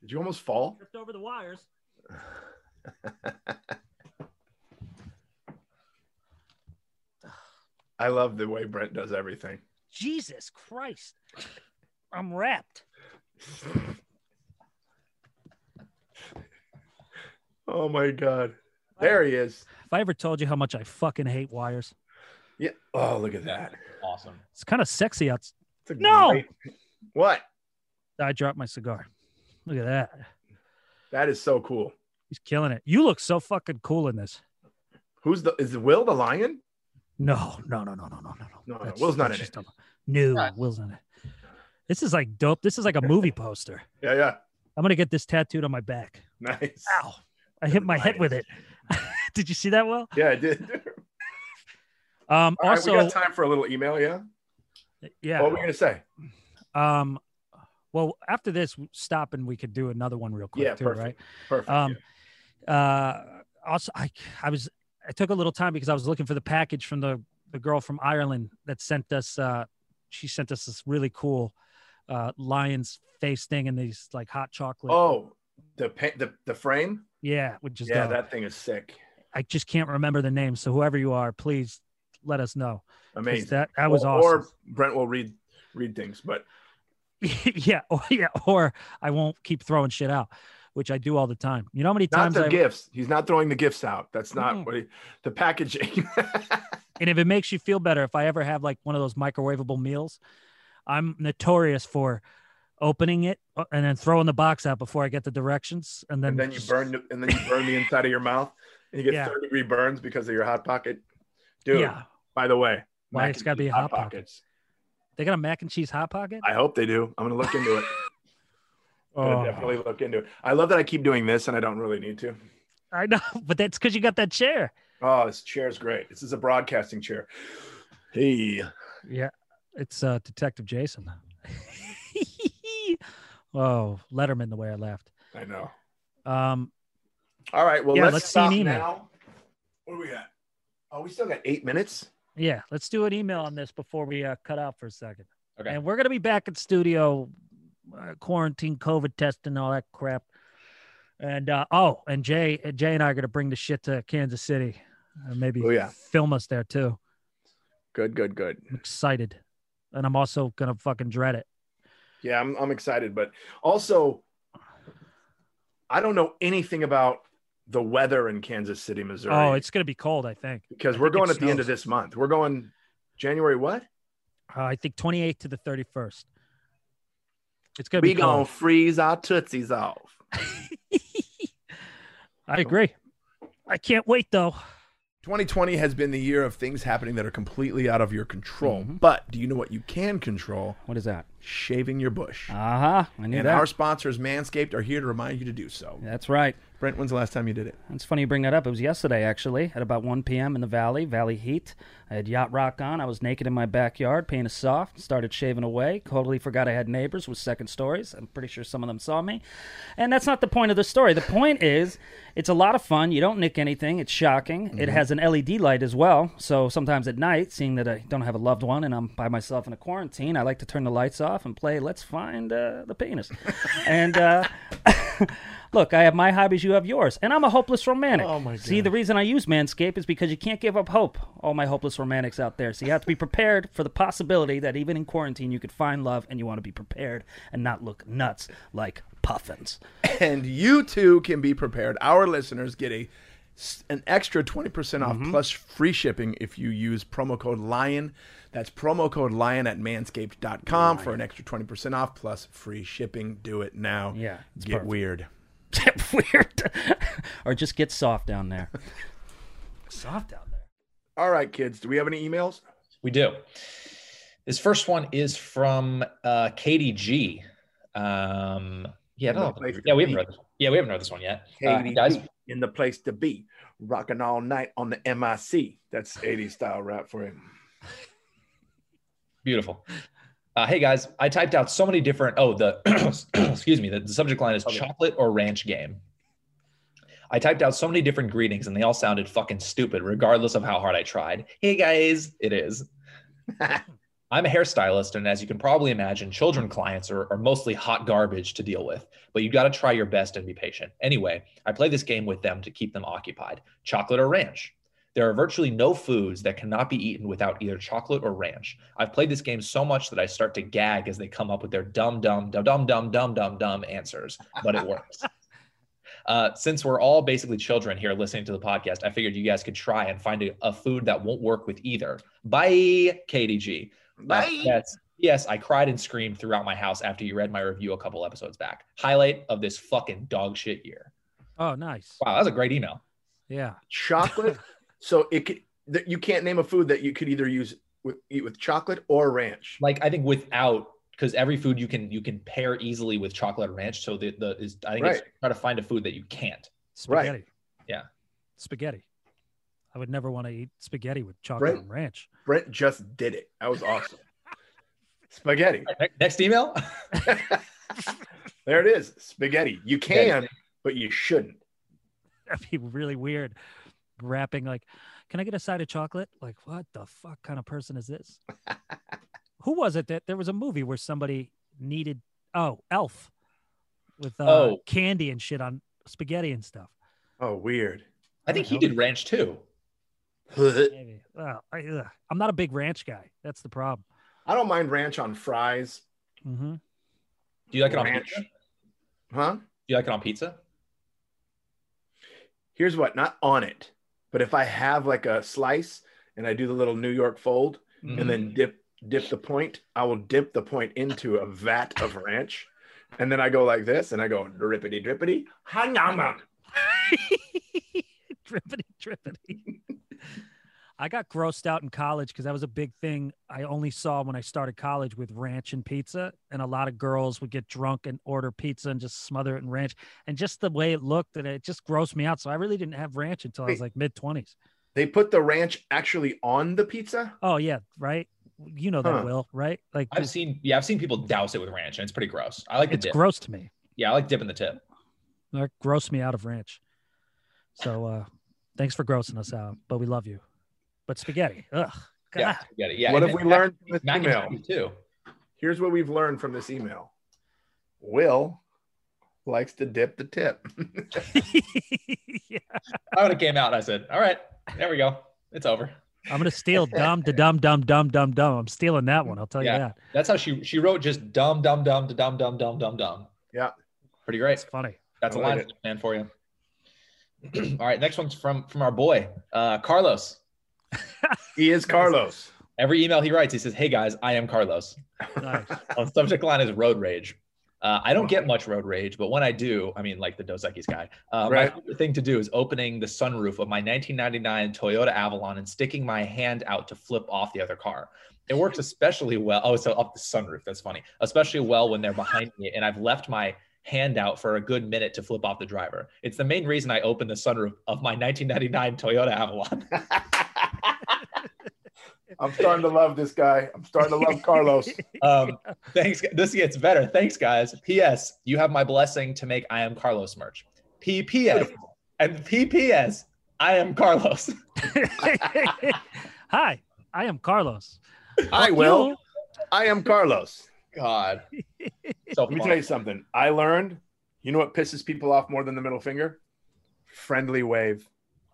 Did you almost fall? Tripped over the wires. I love the way Brent does everything. Jesus Christ. I'm wrapped. Oh my god. There he is. If I ever told you how much I fucking hate wires, Yeah. Oh, look at that. Awesome. it's kind of sexy out. It's a No! What? I dropped my cigar. Look at that. That is so cool. He's killing it. You look so fucking cool in this. Who's the is Will the lion? No, no, no, no, no, no, no, No, no, That's- Will's not that's in just a- No, Right. Will's not in it. This is like dope. This is like a movie poster. Yeah, yeah. I'm gonna get this tattooed on my back. Nice. Ow! I hit my head with it. Did you see that, Will? Yeah, I did. Um, All right, also, we got time for a little email, yeah? yeah. What were we gonna say? Um, well, after this, stop and we could do another one real quick Yeah, too, perfect. right? Perfect. Um, uh, also, I I was I took a little time because I was looking for the package from the the girl from Ireland that sent us. Uh, she sent us this really cool uh, lion's face thing and these like hot chocolate. oh, the pa- the the frame? yeah, which is Yeah, dope. that thing is sick. I just can't remember the name. So whoever you are, please let us know. 'cause Amazing. That that was or, awesome. Or Brent will read read things, but yeah, or, yeah, or I won't keep throwing shit out, which I do all the time. You know how many not times the I gifts. He's not throwing the gifts out. That's not Mm-mm. what he, the packaging. and if it makes you feel better, if I ever have like one of those microwavable meals, I'm notorious for opening it uh, and then throwing the box out before I get the directions, and then and then you just- burn the- and then you burn the inside of your mouth and you get Yeah. third degree burns because of your hot pocket. Dude, yeah, by the way, Why mac it's and gotta be cheese Hot Pockets. they got a mac and cheese hot pocket. I hope they do. I'm gonna look into it. I'm gonna Oh, definitely look into it. I love that I keep doing this and I don't really need to. I know, but that's because you got that chair. Oh, this chair is great. This is a broadcasting chair. Hey, Yeah, it's uh, Detective Jason. oh, Letterman, the way I laughed. I know. Um, All right. Well, Yeah, let's, let's see an stop email. now. What do we got? Oh, we still got eight minutes. yeah, let's do an email on this before we uh, cut out for a second. Okay. And we're going to be back in studio, uh, quarantine, COVID testing, all that crap. And uh, oh, and Jay, uh, Jay and I are going to bring the shit to Kansas City, and maybe Oh, yeah. film us there too. Good, good, good. I'm excited, and I'm also going to fucking dread it. Yeah, I'm, I'm excited, but also, I don't know anything about the weather in Kansas City, Missouri. Oh, it's going to be cold. I think. because I we're think it going at the end of snows. this month. We're going January what? Uh, I think 28th to the 31st. It's going to We be gonna cold. freeze our tootsies off. I agree. I can't wait though. 2020 has been the year of things happening that are completely out of your control. But do you know what you can control? What is that? Shaving your bush. Uh huh. I knew and that. our sponsors, Manscaped, are here to remind you to do so. That's right. Brent, when's the last time you did it? It's funny you bring that up. It was yesterday, actually, at about 1 p.m. in the Valley, Valley Heat. I had yacht rock on. I was naked in my backyard, paint is soft, started shaving away. Totally forgot I had neighbors with second stories. I'm pretty sure some of them saw me. And that's not the point of the story. The point is, it's a lot of fun. You don't nick anything, it's shocking. It has an LED light as well. So sometimes at night, seeing that I don't have a loved one and I'm by myself in a quarantine, I like to turn the lights off and play Let's Find uh, the Penis. and. Uh, Look, I have my hobbies, you have yours. And I'm a hopeless romantic. Oh, my See, the reason I use Manscaped is because you can't give up hope, all my hopeless romantics out there. So you have to be prepared for the possibility that even in quarantine you could find love and you want to be prepared and not look nuts like puffins. And you too can be prepared. Our listeners get a an extra 20% off plus free shipping if you use promo code LION. That's promo code LION at manscaped.com for an extra 20% off plus free shipping. Do it now. Yeah, it's Get perfect. weird. Weird. or just get soft down there. soft out there. All right, kids. Do we have any emails? We do. This first one is from uh, Katie G. Um, yeah, I don't know. Place to yeah, we be. haven't read. This. Yeah, we haven't read this one yet. Uh, hey guys, KDP, in the place to be, rocking all night on the MIC. That's 80s style rap for him. beautiful. Uh, hey guys, I typed out so many different. Oh, the excuse me. The, the subject line is chocolate or ranch game. I typed out so many different greetings, and they all sounded fucking stupid, regardless of how hard I tried. Hey guys, it is. I'm a hairstylist, and as you can probably imagine, children clients are, are mostly hot garbage to deal with, but you got to try your best and be patient. Anyway, I play this game with them to keep them occupied chocolate or ranch. There are virtually no foods that cannot be eaten without either chocolate or ranch. I've played this game so much that I start to gag as they come up with their dumb, dumb, dumb, dumb, dumb, dumb, dumb, dumb answers, but it works. Uh, since we're all basically children here listening to the podcast, I figured you guys could try and find a, a food that won't work with either. Bye, KDG. Uh, yes, yes, I cried and screamed throughout my house after you read my review a couple episodes back. Highlight of this fucking dog shit year. Oh, nice. Wow, that was a great email. Yeah. Chocolate. so it could, that you can't name a food that you could either use with, eat with chocolate or ranch. Like I think without because every food you can you can pair easily with chocolate or ranch. So the, the is I think it's Right. try to find a food that you can't. Right. Spaghetti. Yeah. Spaghetti. I would never want to eat spaghetti with chocolate Brent- and ranch. Brent just did it. That was awesome. Spaghetti. Ne- Next email. There it is. Spaghetti. You can, Spaghetti. but you shouldn't. that'd be really weird rapping like can i get a side of chocolate like what the fuck kind of person is this who was it that there was a movie where somebody needed oh elf with uh, Oh. candy and shit on spaghetti and stuff Oh, weird. I think he Uh-huh. did ranch too. Maybe. Oh, I, ugh. i'm not a big ranch guy that's the problem I don't mind ranch on fries, hmm Do you like it on Ranch. pizza? Do huh? you like it on pizza? Here's what, not on it, but if I have like a slice and I do the little New York fold and then dip dip the point, I will dip the point into a vat of ranch. And then I go like this and I go drippity drippity. Ha, nom, nom. drippity drippity i got grossed out in college because that was a big thing i only saw when i started college with ranch and pizza and a lot of girls would get drunk and order pizza and just smother it in ranch and just the way it looked and it just grossed me out so i really didn't have ranch until i was Wait. like mid-20s They put the ranch actually on the pizza. oh yeah right you know that Huh. will right like I've it's, seen yeah, I've seen people douse it with ranch and it's pretty gross. I like the it's dip. gross to me yeah, I like dipping the tip. that grossed me out of ranch so uh thanks for grossing us out but we love you but spaghetti ugh God. Yeah, get it. Yeah. what and have we then learned from this Mac, mac email? and cheese too. Here's what we've learned from this email. Will likes to dip the tip. yeah. I would have came out and I said, "All right, there we go. It's over." I'm gonna steal dumb to dumb dumb dumb dumb dumb. I'm stealing that one. I'll tell Yeah. you that. That's how she she wrote just dumb dumb dumb to dumb dumb dumb dumb dumb. Yeah. pretty It's great. funny. That's I a like line it. man for you. All right, next one's from from our boy uh, Carlos. he is Carlos. Every email he writes, he says, "Hey guys, I am Carlos." Nice. On subject line is road rage. Uh, I don't get much road rage, but when I do, I mean, like the Dos Equis guy, uh, Right. my favorite thing to do is opening the sunroof of my 1999 Toyota Avalon and sticking my hand out to flip off the other car. It works especially well. Oh, so up the sunroof. That's funny. Especially well when they're behind me and I've left my handout for a good minute to flip off the driver. It's the main reason I opened the sunroof of my 1999 Toyota Avalon. I'm starting to love this guy. I'm starting to love Carlos. Um, thanks. This gets better. Thanks, guys. P.S. You have my blessing to make I am Carlos merch. P.P.S. and P.P.S. I am Carlos. Hi, I am Carlos. I Fuck will. you. I am Carlos. God. So Let me fun. tell you something. I learned. You know what pisses people off more than the middle finger? Friendly wave.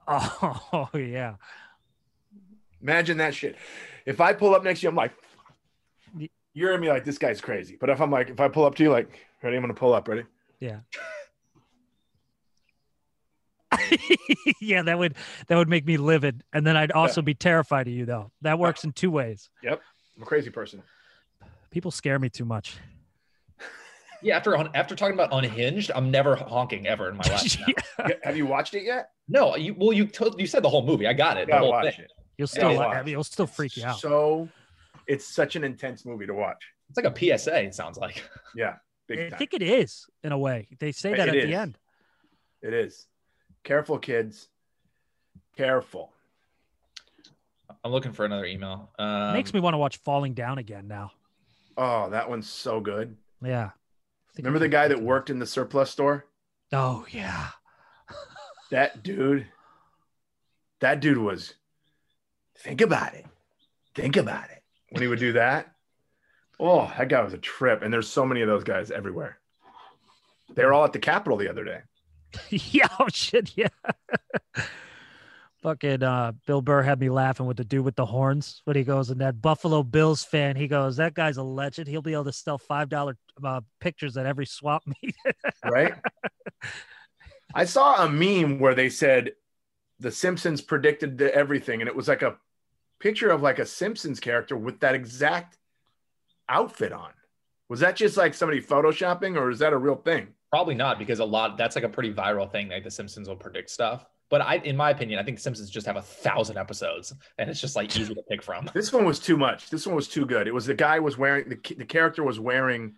Oh yeah. Imagine that shit. If I pull up next to you, I'm like, Y- you're gonna be like, this guy's crazy. But if I'm like, if I pull up to you, like, ready, I'm gonna pull up, ready? yeah, that would that would make me livid, and then I'd also be terrified of you, though. That works in two ways. I'm a crazy person. People scare me too much. Yeah, after on, after talking about unhinged, I'm never honking ever in my life. now. Yeah, Have you watched it yet? No, you well, you told you said the whole movie. I got it. The Yeah, whole watch thing. it. You'll still, Yeah, like- watch. you'll still freak you out. So it's such an intense movie to watch. It's like a PSA. It sounds like. Big I time. think it is in a way. They say It that at the is. end. It is. Careful, kids. Careful. I'm looking for another email. Um, Makes me want to watch Falling Down again now. Oh, that one's so good. Yeah. Remember the guy that worked in the surplus store? Oh yeah. That dude. That dude was. Think about it. Think about it. When he would do that. Oh, that guy was a trip. And there's so many of those guys everywhere. They were all at the Capitol the other day. yeah. Oh shit. Yeah. Fucking uh, Bill Burr had me laughing with the dude with the horns when he goes and that Buffalo Bills fan. He goes, "That guy's a legend. He'll be able to sell five dollar uh, pictures at every swap meet." right? I saw a meme where they said the Simpsons predicted the everything, and it was like a picture of like a Simpsons character with that exact outfit on. Was that just like somebody photoshopping, or is that a real thing? Probably not because a lot. That's like a pretty viral thing. Like the Simpsons will predict stuff. But I, in my opinion, I think Simpsons just have a thousand episodes, and it's just like easy to pick from. This one was too much. This one was too good. It was the guy was wearing the ki- the character was wearing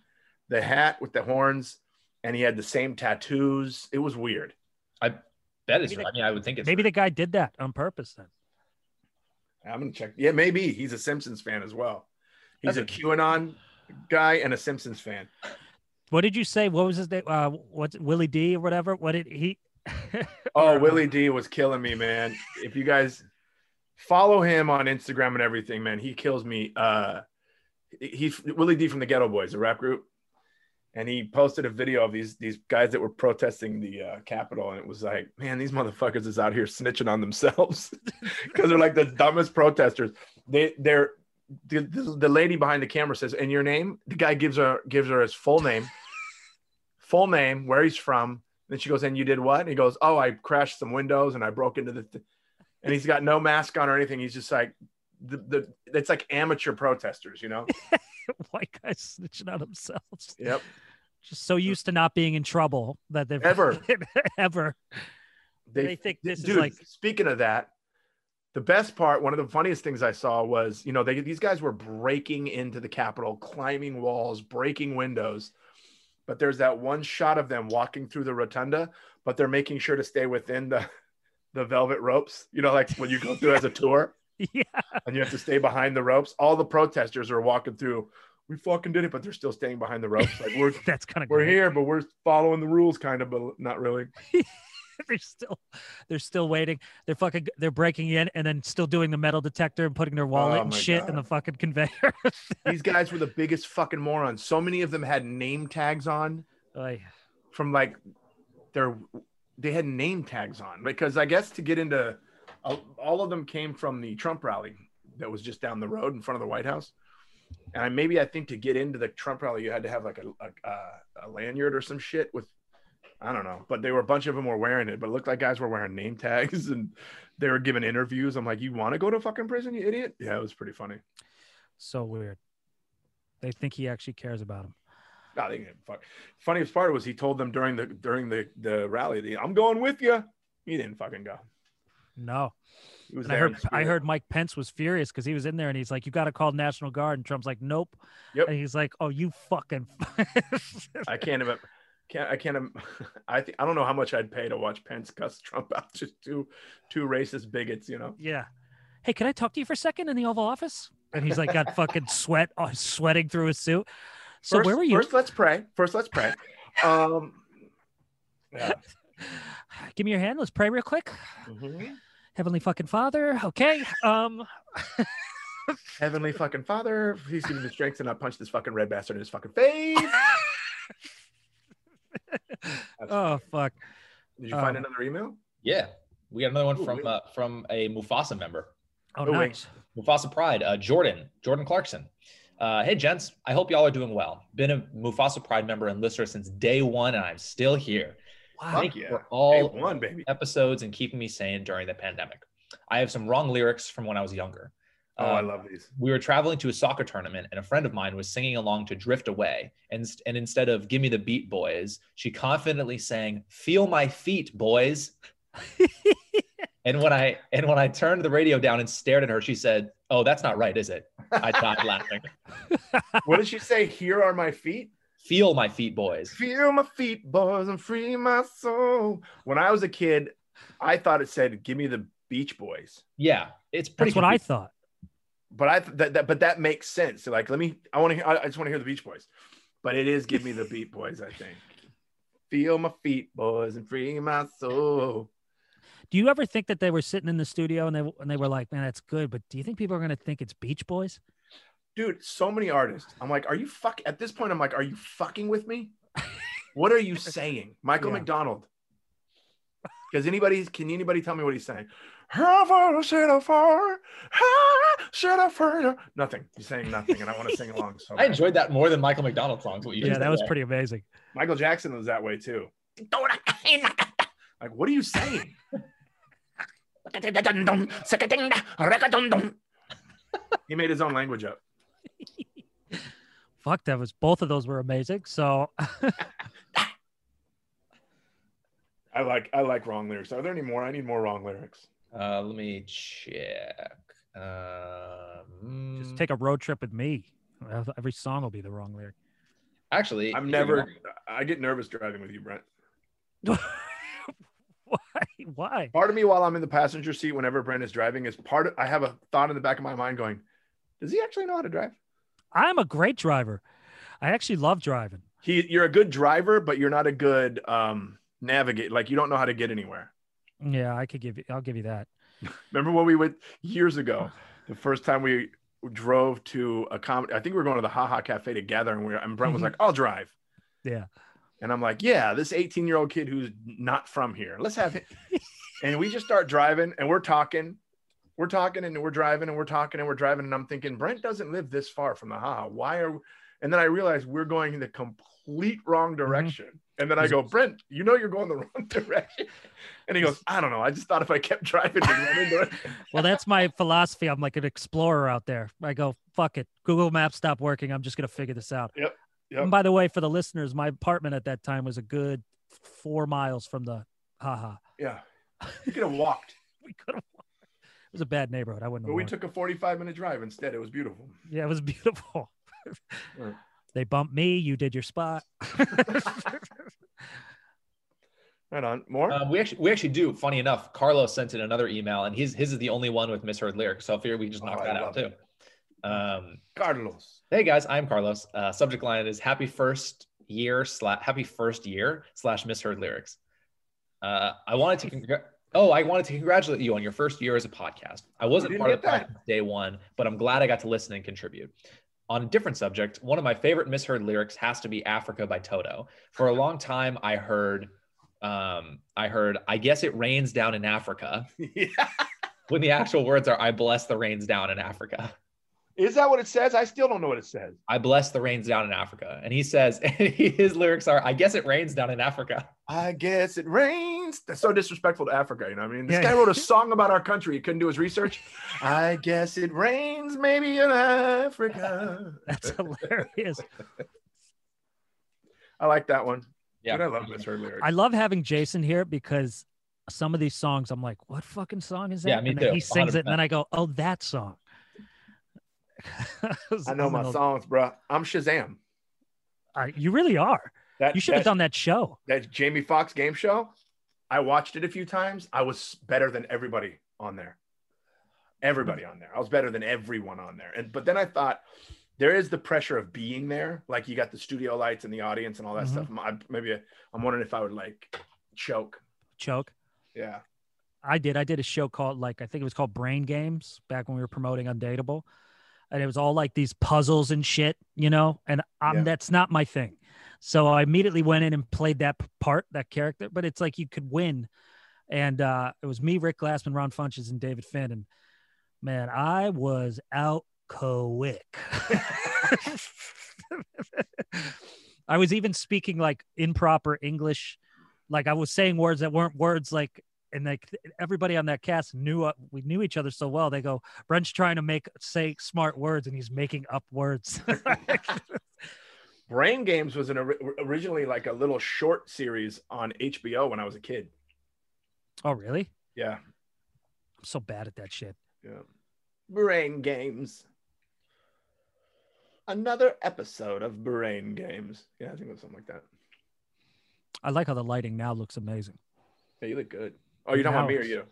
the hat with the horns, and he had the same tattoos. It was weird. That is. Maybe I mean, I would think it's. Maybe the guy did that on purpose. Then I'm gonna check. Yeah, maybe he's a Simpsons fan as well. He's That's- a QAnon guy and a Simpsons fan. what did you say? What was his name? Uh, what Willie D or whatever? What did he? Oh, Willie D was killing me, man. If you guys follow him on Instagram and everything, man, he kills me. Uh he's Willie D from the Ghetto Boys, a rap group. And he posted a video of these these guys that were protesting the uh, Capitol, and it was like, man, these motherfuckers is out here snitching on themselves because they're like the dumbest protesters. They they're the, the, the lady behind the camera says, "And your name?" The guy gives her gives her his full name, full name, where he's from, then she goes, and you did what? And he goes, oh, I crashed some windows and I broke into the. Th-. And he's got no mask on or anything. He's just like, the, the it's like amateur protesters, you know. White guys snitching on themselves. Yep. Just so used to not being in trouble that they've Ever. ever. They think this is dude, like- Speaking of that, the best part, one of the funniest things I saw was, you know, they these guys were breaking into the Capitol, climbing walls, breaking windows. But there's that one shot of them walking through the rotunda, but they're making sure to stay within the the velvet ropes, you know, like when you go through as a tour. Yeah. and you have to stay behind the ropes. All the protesters are walking through. We fucking did it, but they're still staying behind the ropes. Like we're That's kind of we're here, but we're following the rules, kind of, but not really. they're still they're still waiting. They're fucking they're breaking in and then still doing the metal detector and putting their wallet Oh and my shit in God. the fucking conveyor. These guys were the biggest fucking morons. So many of them had name tags on Like, from like their they had name tags on because I guess to get into uh, all of them came from the Trump rally that was just down the road in front of the White House. And I, maybe I think to get into the Trump rally, you had to have like a, a, a, a lanyard or some shit with, I don't know, but they were a bunch of them were wearing it, but it looked like guys were wearing name tags and they were giving interviews. I'm like, you want to go to fucking prison, you idiot? Yeah, it was pretty funny. so weird. They think he actually cares about him. No, they didn't fuck. Funniest part was he told them during the during the the rally, the, I'm going with you. He didn't fucking go. No. He was And I there in heard I spirit. heard Mike Pence was furious because he was in there and he's like, You gotta call National Guard. And Trump's like, Nope. Yep. And he's like, Oh, you fucking I can't even Can't I can't im- I think I don't know how much I'd pay to watch Pence cuss Trump out just two two racist bigots, you know. Yeah. Hey, can I talk to you for a second in the Oval Office? And he's like got fucking sweat oh, sweating through his suit. So first, where were you? First let's pray. First let's pray. um yeah. Give me your hand. Let's pray real quick. Heavenly fucking Father. Okay. Um Heavenly fucking Father, please give me the strength and I punch this fucking red bastard in his fucking face. oh fuck. Did you find Um, another email? Yeah, we got another one Ooh, from wait. uh, from a Mufasa member. Oh Oh, wait. nice. Mufasa Pride, uh, Jordan, Jordan Clarkson. Uh, hey, gents, I hope y'all are doing well. Been a Mufasa Pride member and listener since day one, and I'm still here. Wow. Thank you yeah. for Hey, all one baby. episodes and keeping me sane during the pandemic. I have some wrong lyrics from when I was younger. Oh, I Uh, love these. we were traveling to a soccer tournament and a friend of mine was singing along to drift away and, and instead of give me the beat boys she confidently sang feel my feet boys and when i and when i turned the radio down and stared at her she said oh that's not right is it i died laughing uh, What did she say? Here are my feet. feel my feet boys Feel my feet, boys, and free my soul. When I was a kid, I thought it said, "Give me the Beach Boys," yeah it's pretty That's what I confusing. thought. but I that, that but that makes sense. So, like, let me. I want to. hear I I just want to hear the Beach Boys, but it is "Give me the Beat Boys." I think. Feel my feet, boys, and free my soul. Do you ever think that they were sitting in the studio and they and they were like, "Man, that's good," but do you think people are going to think it's Beach Boys? Dude, so many artists. I'm like, are you fuck? At this point, I'm like, are you fucking with me? What are you saying, Michael Yeah. McDonald? Because anybody can anybody tell me what he's saying? Have should have far nothing. He's saying nothing, and I want to sing along. So I enjoyed that more than michael mcdonald songs what you yeah, just that said was there. pretty amazing. Michael Jackson was that way too. Like, what are you saying? he made his own language up. Fuck, that was both of those were amazing. So I like I like wrong lyrics. Are there any more? I need more wrong lyrics. uh, let me check um, just take a road trip with me. Uh, Every song will be the wrong lyric. actually I'm here we never. go. I get nervous driving with you, Brent. Why? Why? Part of me, while I'm in the passenger seat, whenever Brent is driving, is part. Of, I have a thought in the back of my mind going, "Does he actually know how to drive?" I'm a great driver. I actually love driving. He, you're a good driver, but you're not a good um, navigate. Like you don't know how to get anywhere. Yeah, I could give you. I'll give you that. Remember when we went years ago, the first time we drove to a comedy. I think we were going to the Ha Ha Cafe to gather, and we were, and Brent was Mhm. like, "I'll drive." Yeah. And I'm like, "Yeah, this 18 year old kid who's not from here. Let's have him." and we just start driving, and we're talking, we're talking, and we're driving, and we're talking, and we're driving, and I'm thinking, Brent doesn't live this far from the Ha. Ha. Why are? And then I realize we're going in the complete wrong direction. And then I go, Brent, you know you're going the wrong direction. And he goes, I don't know. I just thought if I kept driving, we'd run into it. Well, that's my philosophy. I'm like an explorer out there. I go, fuck it. Google Maps stopped working. I'm just gonna figure this out. Yep, yep. And by the way, for the listeners, my apartment at that time was a good four miles from the haha. Yeah. You could have walked, We could have. It was a bad neighborhood. I wouldn't. but have we wanted- took a 45 minute drive instead. It was beautiful. Yeah, it was beautiful. Yeah. they bumped me. You did your spot. Right on. More? Um, we actually we actually do. Funny enough, Carlos sent in another email, and his his is the only one with misheard lyrics. So I figure we can just knock Oh, I that out love too. it. Um, Carlos. hey guys, I'm Carlos. Uh, subject line is happy first year slash happy first year slash misheard lyrics. Uh, I wanted to congr- oh I wanted to congratulate you on your first year as a podcast. I wasn't didn't part of get the podcast day one, but I'm glad I got to listen and contribute. On a different subject, one of my favorite misheard lyrics has to be "Africa" by Toto. For a long time, I heard. Um, I heard, I guess it rains down in Africa yeah. when the actual words are, I bless the rains down in Africa. Is that what it says? I still don't know what it says. I bless the rains down in Africa. And he says, his lyrics are, I guess it rains down in Africa. I guess it rains. That's so disrespectful to Africa. You know what I mean? This Yeah. guy wrote a song about our country. He couldn't do his research. I guess it rains maybe in Africa. That's hilarious. I like that one. Yeah. Dude, I love misheard lyrics. I love having Jason here because some of these songs I'm like, what fucking song is that? Yeah, me and then too, he sings it, and then I go, oh, that song. I know my songs, bro. I'm Shazam. you really are. That You should have that- done that show. that Jamie Foxx game show. I watched it a few times. I was better than everybody on there. Everybody on there. I was better than everyone on there. And but then I thought there is the pressure of being there. Like you got the studio lights and the audience and all that Mhm. stuff. I, maybe I, am wondering if I would like choke. Choke. Yeah. I did. I did a show called like I think it was called Brain Games back when we were promoting Undateable, and it was all like these puzzles and shit, you know. And um, Yeah. that's not my thing, so I immediately went in and played that p- part, that character. But it's like you could win, and uh, it was me, Rick Glassman, Ron Funches, and David Finn, and man, I was out quick. I was even speaking like improper English, like I was saying words that weren't words, like and like th- everybody on that cast knew uh, we knew each other so well. They go, Brent's trying to make say smart words, and he's making up words. Brain Games was an ori- originally like a little short series on HBO when I was a kid. oh, really? Yeah. I'm so bad at that shit. Yeah. Brain Games. Another episode of Brain Games. Yeah, I think it was something like that. I like how the lighting now looks amazing. Yeah, you look good. Oh, you're talking about me or you?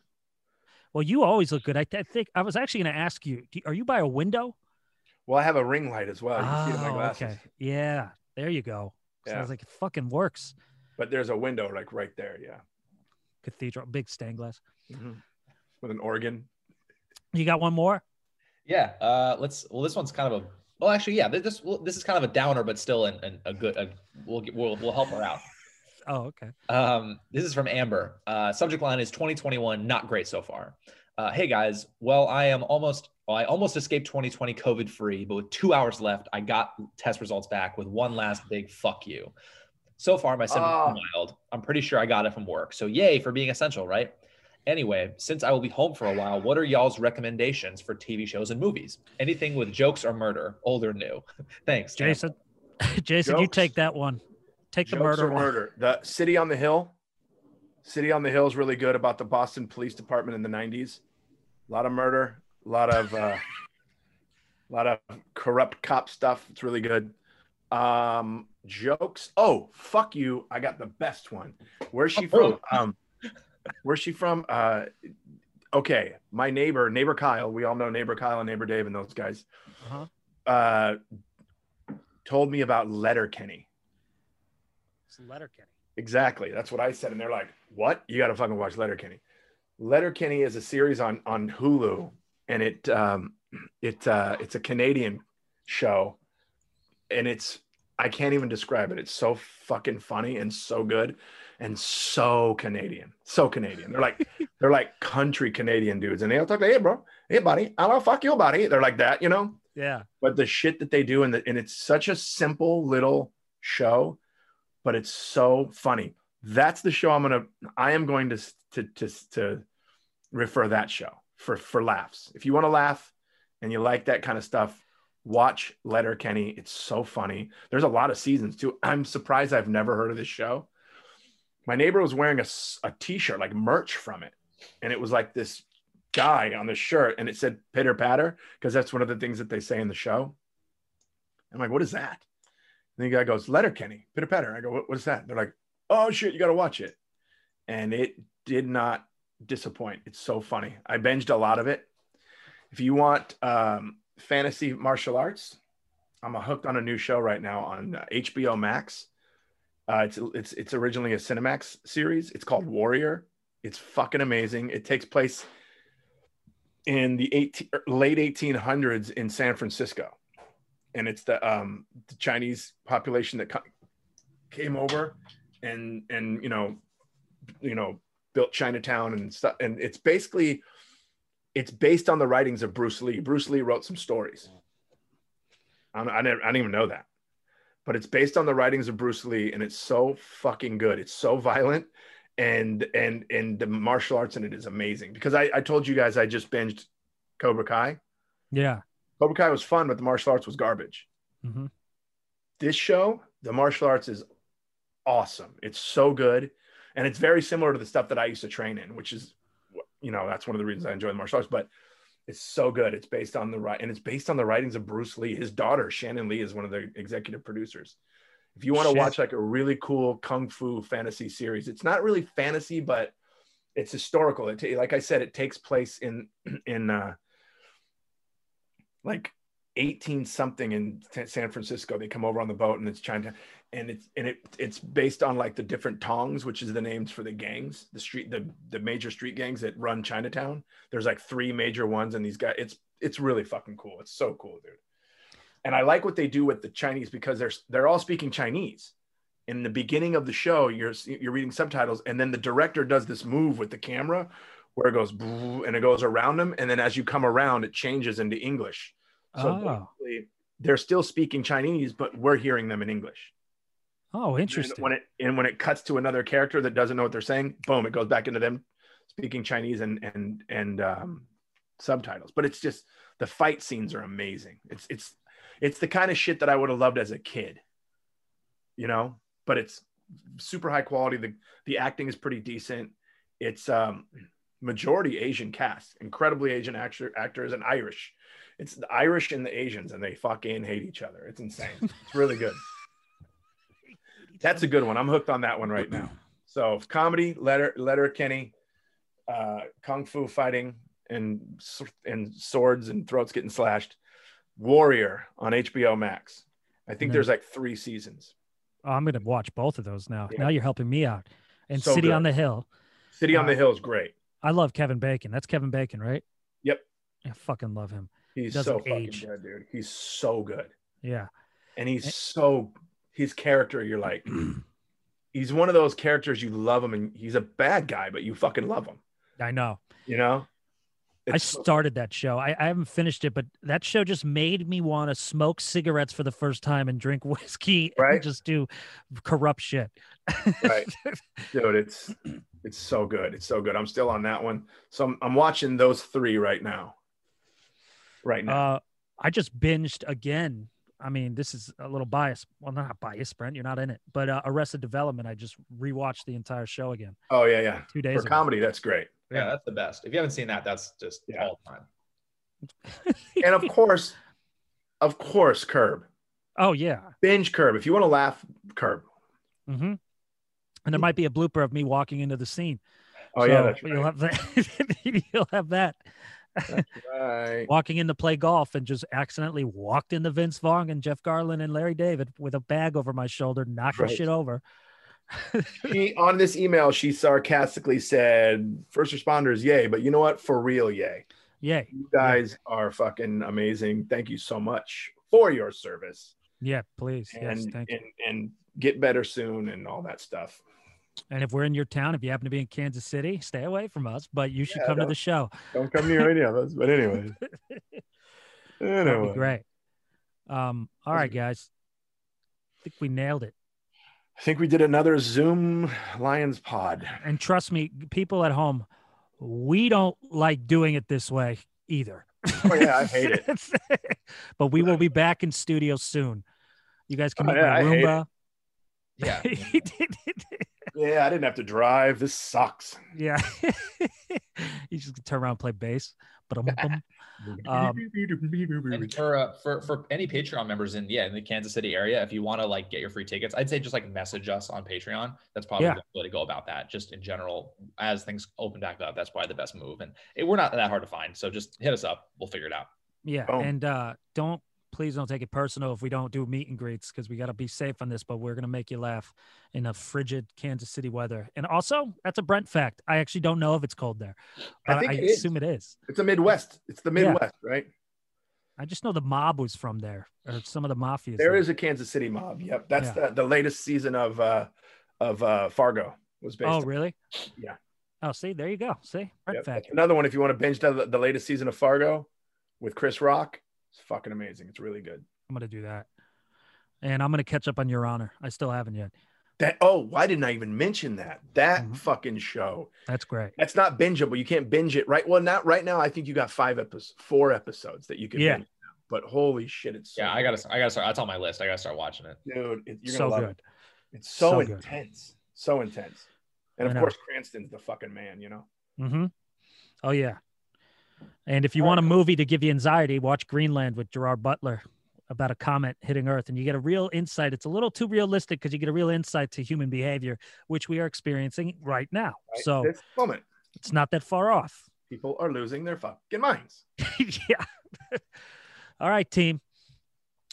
Well, you always look good. I, th- I think I was actually going to ask you, do, are you by a window? Well, I have a ring light as well. You can see it in my Oh, glasses. Yeah, there you go. Sounds Yeah. like it fucking works. But there's a window like right there. Yeah. Cathedral, big stained glass. Mm-hmm. With an organ. You got one more? Yeah. Uh, let's. Well, this one's kind of a. Well, actually, yeah. th- This well, this is kind of a downer, but still an, an, a good. A, we'll get, we'll we'll help her out. Oh, okay. Um, this is from Amber. Uh, subject line is 2021 not great so far. Uh, hey guys, well I am almost well, I almost escaped 2020 COVID free, but with two hours left, I got test results back with one last big fuck you. So far, my symptoms are Ah. mild. I'm pretty sure I got it from work. So yay for being essential, right? Anyway, since I will be home for a while, what are y'all's recommendations for TV shows and movies? Anything with jokes or murder, old or new? Thanks, Amber. Jason, Jason, you Jokes. take that one. Take the Jokes murder or one. murder. The City on the Hill. City on the Hill is really good about the Boston Police Department in the 90s. A lot of murder, a lot of uh, a lot of corrupt cop stuff. It's really good. Um, jokes. Oh, fuck you. I got the best one. Where's she from? Um, where's she from? Uh, okay, my neighbor, neighbor Kyle. We all know neighbor Kyle and neighbor Dave and those guys. Uh-huh. Uh, told me about Letter Kenny. It's Letterkenny. Exactly. That's what I said. And they're like, what? You got to fucking watch Letterkenny. Letterkenny is a series on, on Hulu and it, um, it, uh, it's a Canadian show and it's, I can't even describe it. It's so fucking funny and so good and so Canadian, so Canadian. They're like, they're like country Canadian dudes. And they'll talk to, Hey bro, Hey buddy, I'll fuck you buddy. They're like that, you know? Yeah. but the shit that they do and, the, and it's such a simple little show but it's so funny that's the show i'm gonna i am going to s- to to, to refer that show for for laughs if you want to laugh and you like that kind of stuff watch letter kenny it's so funny there's a lot of seasons too i'm surprised i've never heard of this show my neighbor was wearing a, s- a t-shirt like merch from it and it was like this guy on the shirt and it said pitter patter because that's one of the things that they say in the show. I'm like, what is that? And the guy goes, Letter Kenny, pitter patter. I go, what, what is that? They're like, oh shit, you got to watch it. And it did not disappoint. It's so funny. I binged a lot of it. If you want um, fantasy martial arts, I'm hooked on a new show right now on uh, HBO Max. Uh, it's it's it's originally a Cinemax series. It's called Warrior. It's fucking amazing. It takes place in the 18, er, late 1800s in San Francisco, and it's the um, the Chinese population that co- came over, and and you know, you know, built Chinatown and stuff. And it's basically, it's based on the writings of Bruce Lee. Bruce Lee wrote some stories. I don't, I, never, I didn't even know that, but it's based on the writings of Bruce Lee, and it's so fucking good. It's so violent and and and the martial arts in it is amazing because I, I told you guys I just binged Cobra Kai. Yeah. Cobra Kai was fun, but the martial arts was garbage. hmm This show, the martial arts is awesome. It's so good, and it's very similar to the stuff that I used to train in, which is, you know, that's one of the reasons I enjoy the martial arts. But it's so good. It's based on the right, and it's based on the writings of Bruce Lee. His daughter Shannon Lee is one of the executive producers. If you want to Shit. watch like a really cool kung fu fantasy series, it's not really fantasy, but it's historical. It ta- like I said, it takes place in in uh, like 18 something in Sa- San Francisco. They come over on the boat and it's Chinatown, and it's and it it's based on like the different tongs, which is the names for the gangs, the street, the the major street gangs that run Chinatown. There's like three major ones, and these guys. It's it's really fucking cool. It's so cool, dude. And I like what they do with the Chinese because they're they're all speaking Chinese. In the beginning of the show, you're you're reading subtitles, and then the director does this move with the camera where it goes "Boo," and it goes around them, and then as you come around, it changes into English. So Oh. basically, they're still speaking Chinese, but we're hearing them in English. Oh, And interesting. when it and when it cuts to another character that doesn't know what they're saying, boom, it goes back into them speaking Chinese and and and um, subtitles. But it's just the fight scenes are amazing. It's it's it's the kind of shit that I would have loved as a kid, you know. But it's super high quality. The the acting is pretty decent. It's um, majority Asian cast, incredibly Asian actor actors and Irish. It's the Irish and the Asians, and they fucking hate each other. It's insane. It's really good. That's a good one. I'm hooked on that one right now. So comedy, letter, letter Kenny, uh, kung fu fighting, and s- and swords and throats getting slashed. Warrior on HBO Max. I think And then- there's like three seasons. Oh, I'm going to watch both of those now. Yeah. Now you're helping me out. And So City good. on the Hill. City on Uh, the Hill is great. I love Kevin Bacon. That's Kevin Bacon, right? Yep. I fucking love him. He's doesn't so fucking age. good, dude. He's so good, Yeah. and Eh. he's so his character. You're like, he's one of those characters you love him, and he's a bad guy, but you fucking love him. I know. You know. I It's so- started that show. I, I haven't finished it, but that show just made me want to smoke cigarettes for the first time and drink whiskey Right. and just do corrupt shit. Right. dude it's it's so good it's so good i'm still on that one so i'm, I'm watching those three right now right now Uh, I just binged again. I mean, this is a little biased. Well, not biased, Brent. You're not in it. But uh, Arrested Development, I just rewatched the entire show again oh yeah yeah two for days ago. comedy that's great Yeah, that's the best. If you haven't seen that, that's just Yeah. all time. and of course of course curb oh, yeah. binge curb if you want to laugh curb hmm And there might be a blooper of me walking into the scene. oh yeah So that's right. you'll have that. you'll have that. right Walking in to play golf and just accidentally walked into Vince Vaughn and Jeff Garland and Larry David with a bag over my shoulder, knocking Right. shit over. she on this email she sarcastically said first responders yay but you know what for real yay Yay. you guys are fucking amazing thank you so much for your service Yeah, please. and yes, thank you. and, and get better soon and all that stuff And if we're in your town, if you happen to be in Kansas City, stay away from us, but you should Yeah, come to don't- the show. Don't come near any of us. But anyway. That'd be Anyway. great. Um, all Those right, are- guys. I think we nailed it. I think we did another Zoom Lions pod. And trust me, people at home, we don't like doing it this way either. Oh yeah, I hate it. but we will be back in studio soon. You guys can Oh, meet yeah, my I hate Roomba. Yeah. Yeah, I didn't have to drive. This sucks. yeah. you just turn around and play bass. But um, Um, and for, uh, for for any Patreon members in yeah in the Kansas City area, if you want to like get your free tickets, I'd say just like message us on Patreon. That's probably Yeah. the way to go about that. Just in general, as things open back up, that's probably the best move. And it, we're not that hard to find, so just hit us up. We'll figure it out. yeah. Boom. And uh, don't please don't take it personal if we don't do meet and greets because we got to be safe on this, but we're going to make you laugh in a frigid Kansas City weather. And also, that's a Brent fact. I actually don't know if it's cold there, I but I, think it is. assume it is. It's a Midwest. It's the Yeah. Midwest, right? I just know the mob was from there or some of the mafias. There is a Kansas City mob. Yep. That's the, the latest season of uh of uh Fargo was based Oh, on- really? Yeah. Oh, see, there you go. See, Brent Yep. fact. Another one if you want to binge the, the latest season of Fargo with Chris Rock. It's fucking amazing. It's really good. I'm gonna do that, and I'm gonna catch up on Your Honor. I still haven't yet. That oh, why didn't I even mention that? That Mhm. fucking show. That's great. That's not bingeable. You can't binge it, right? Well, not right now. I think you got five episodes, four episodes that you can. Yeah. Binge now. But holy shit, it's so Yeah, I gotta I gotta start. That's on my list. I gotta start watching it. dude. It, you're so gonna love good. it. It's so, So good. intense, so intense. And I of know. course, Cranston's the fucking man. You know. Mm-hmm. Oh yeah. And if you All want a right. movie to give you anxiety, watch Greenland with Gerard Butler. about a comet hitting Earth, and you get a real insight. It's a little too realistic because you get a real insight to human behavior, which we are experiencing right now. right? So this moment, it's not that far off. people are losing their fucking minds. yeah. All right, team.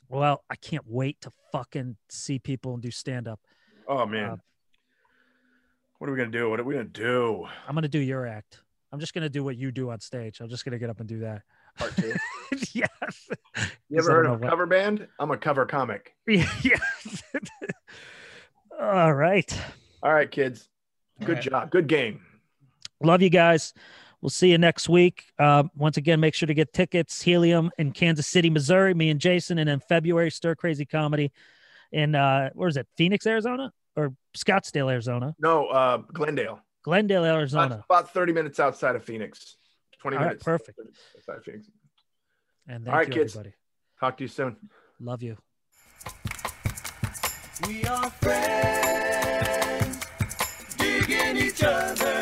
Well, I can't wait to fucking see people and do stand up. Oh man, Uh, what are we gonna do? What are we gonna do? I'm gonna do your act. I'm just gonna do what you do on stage. I'm just gonna get up and do that. Part two. yes. You Is that ever heard on of my a web- cover band? I'm a cover comic. yes. All right. All right, kids. All Good right. job. Good game. Love you guys. We'll see you next week. Uh, once again, make sure to get tickets. Helium in Kansas City, Missouri. Me and Jason, and then February Stir Crazy Comedy in uh, where is it? Phoenix, Arizona, or Scottsdale, Arizona, No, uh, Glendale. Glendale, About- Arizona, About 30 minutes outside of Phoenix. 20 All right, minutes. perfect. Outside of Phoenix. and thank All right, you, kids. everybody. Talk to you soon. Love you. We are friends, digging each other.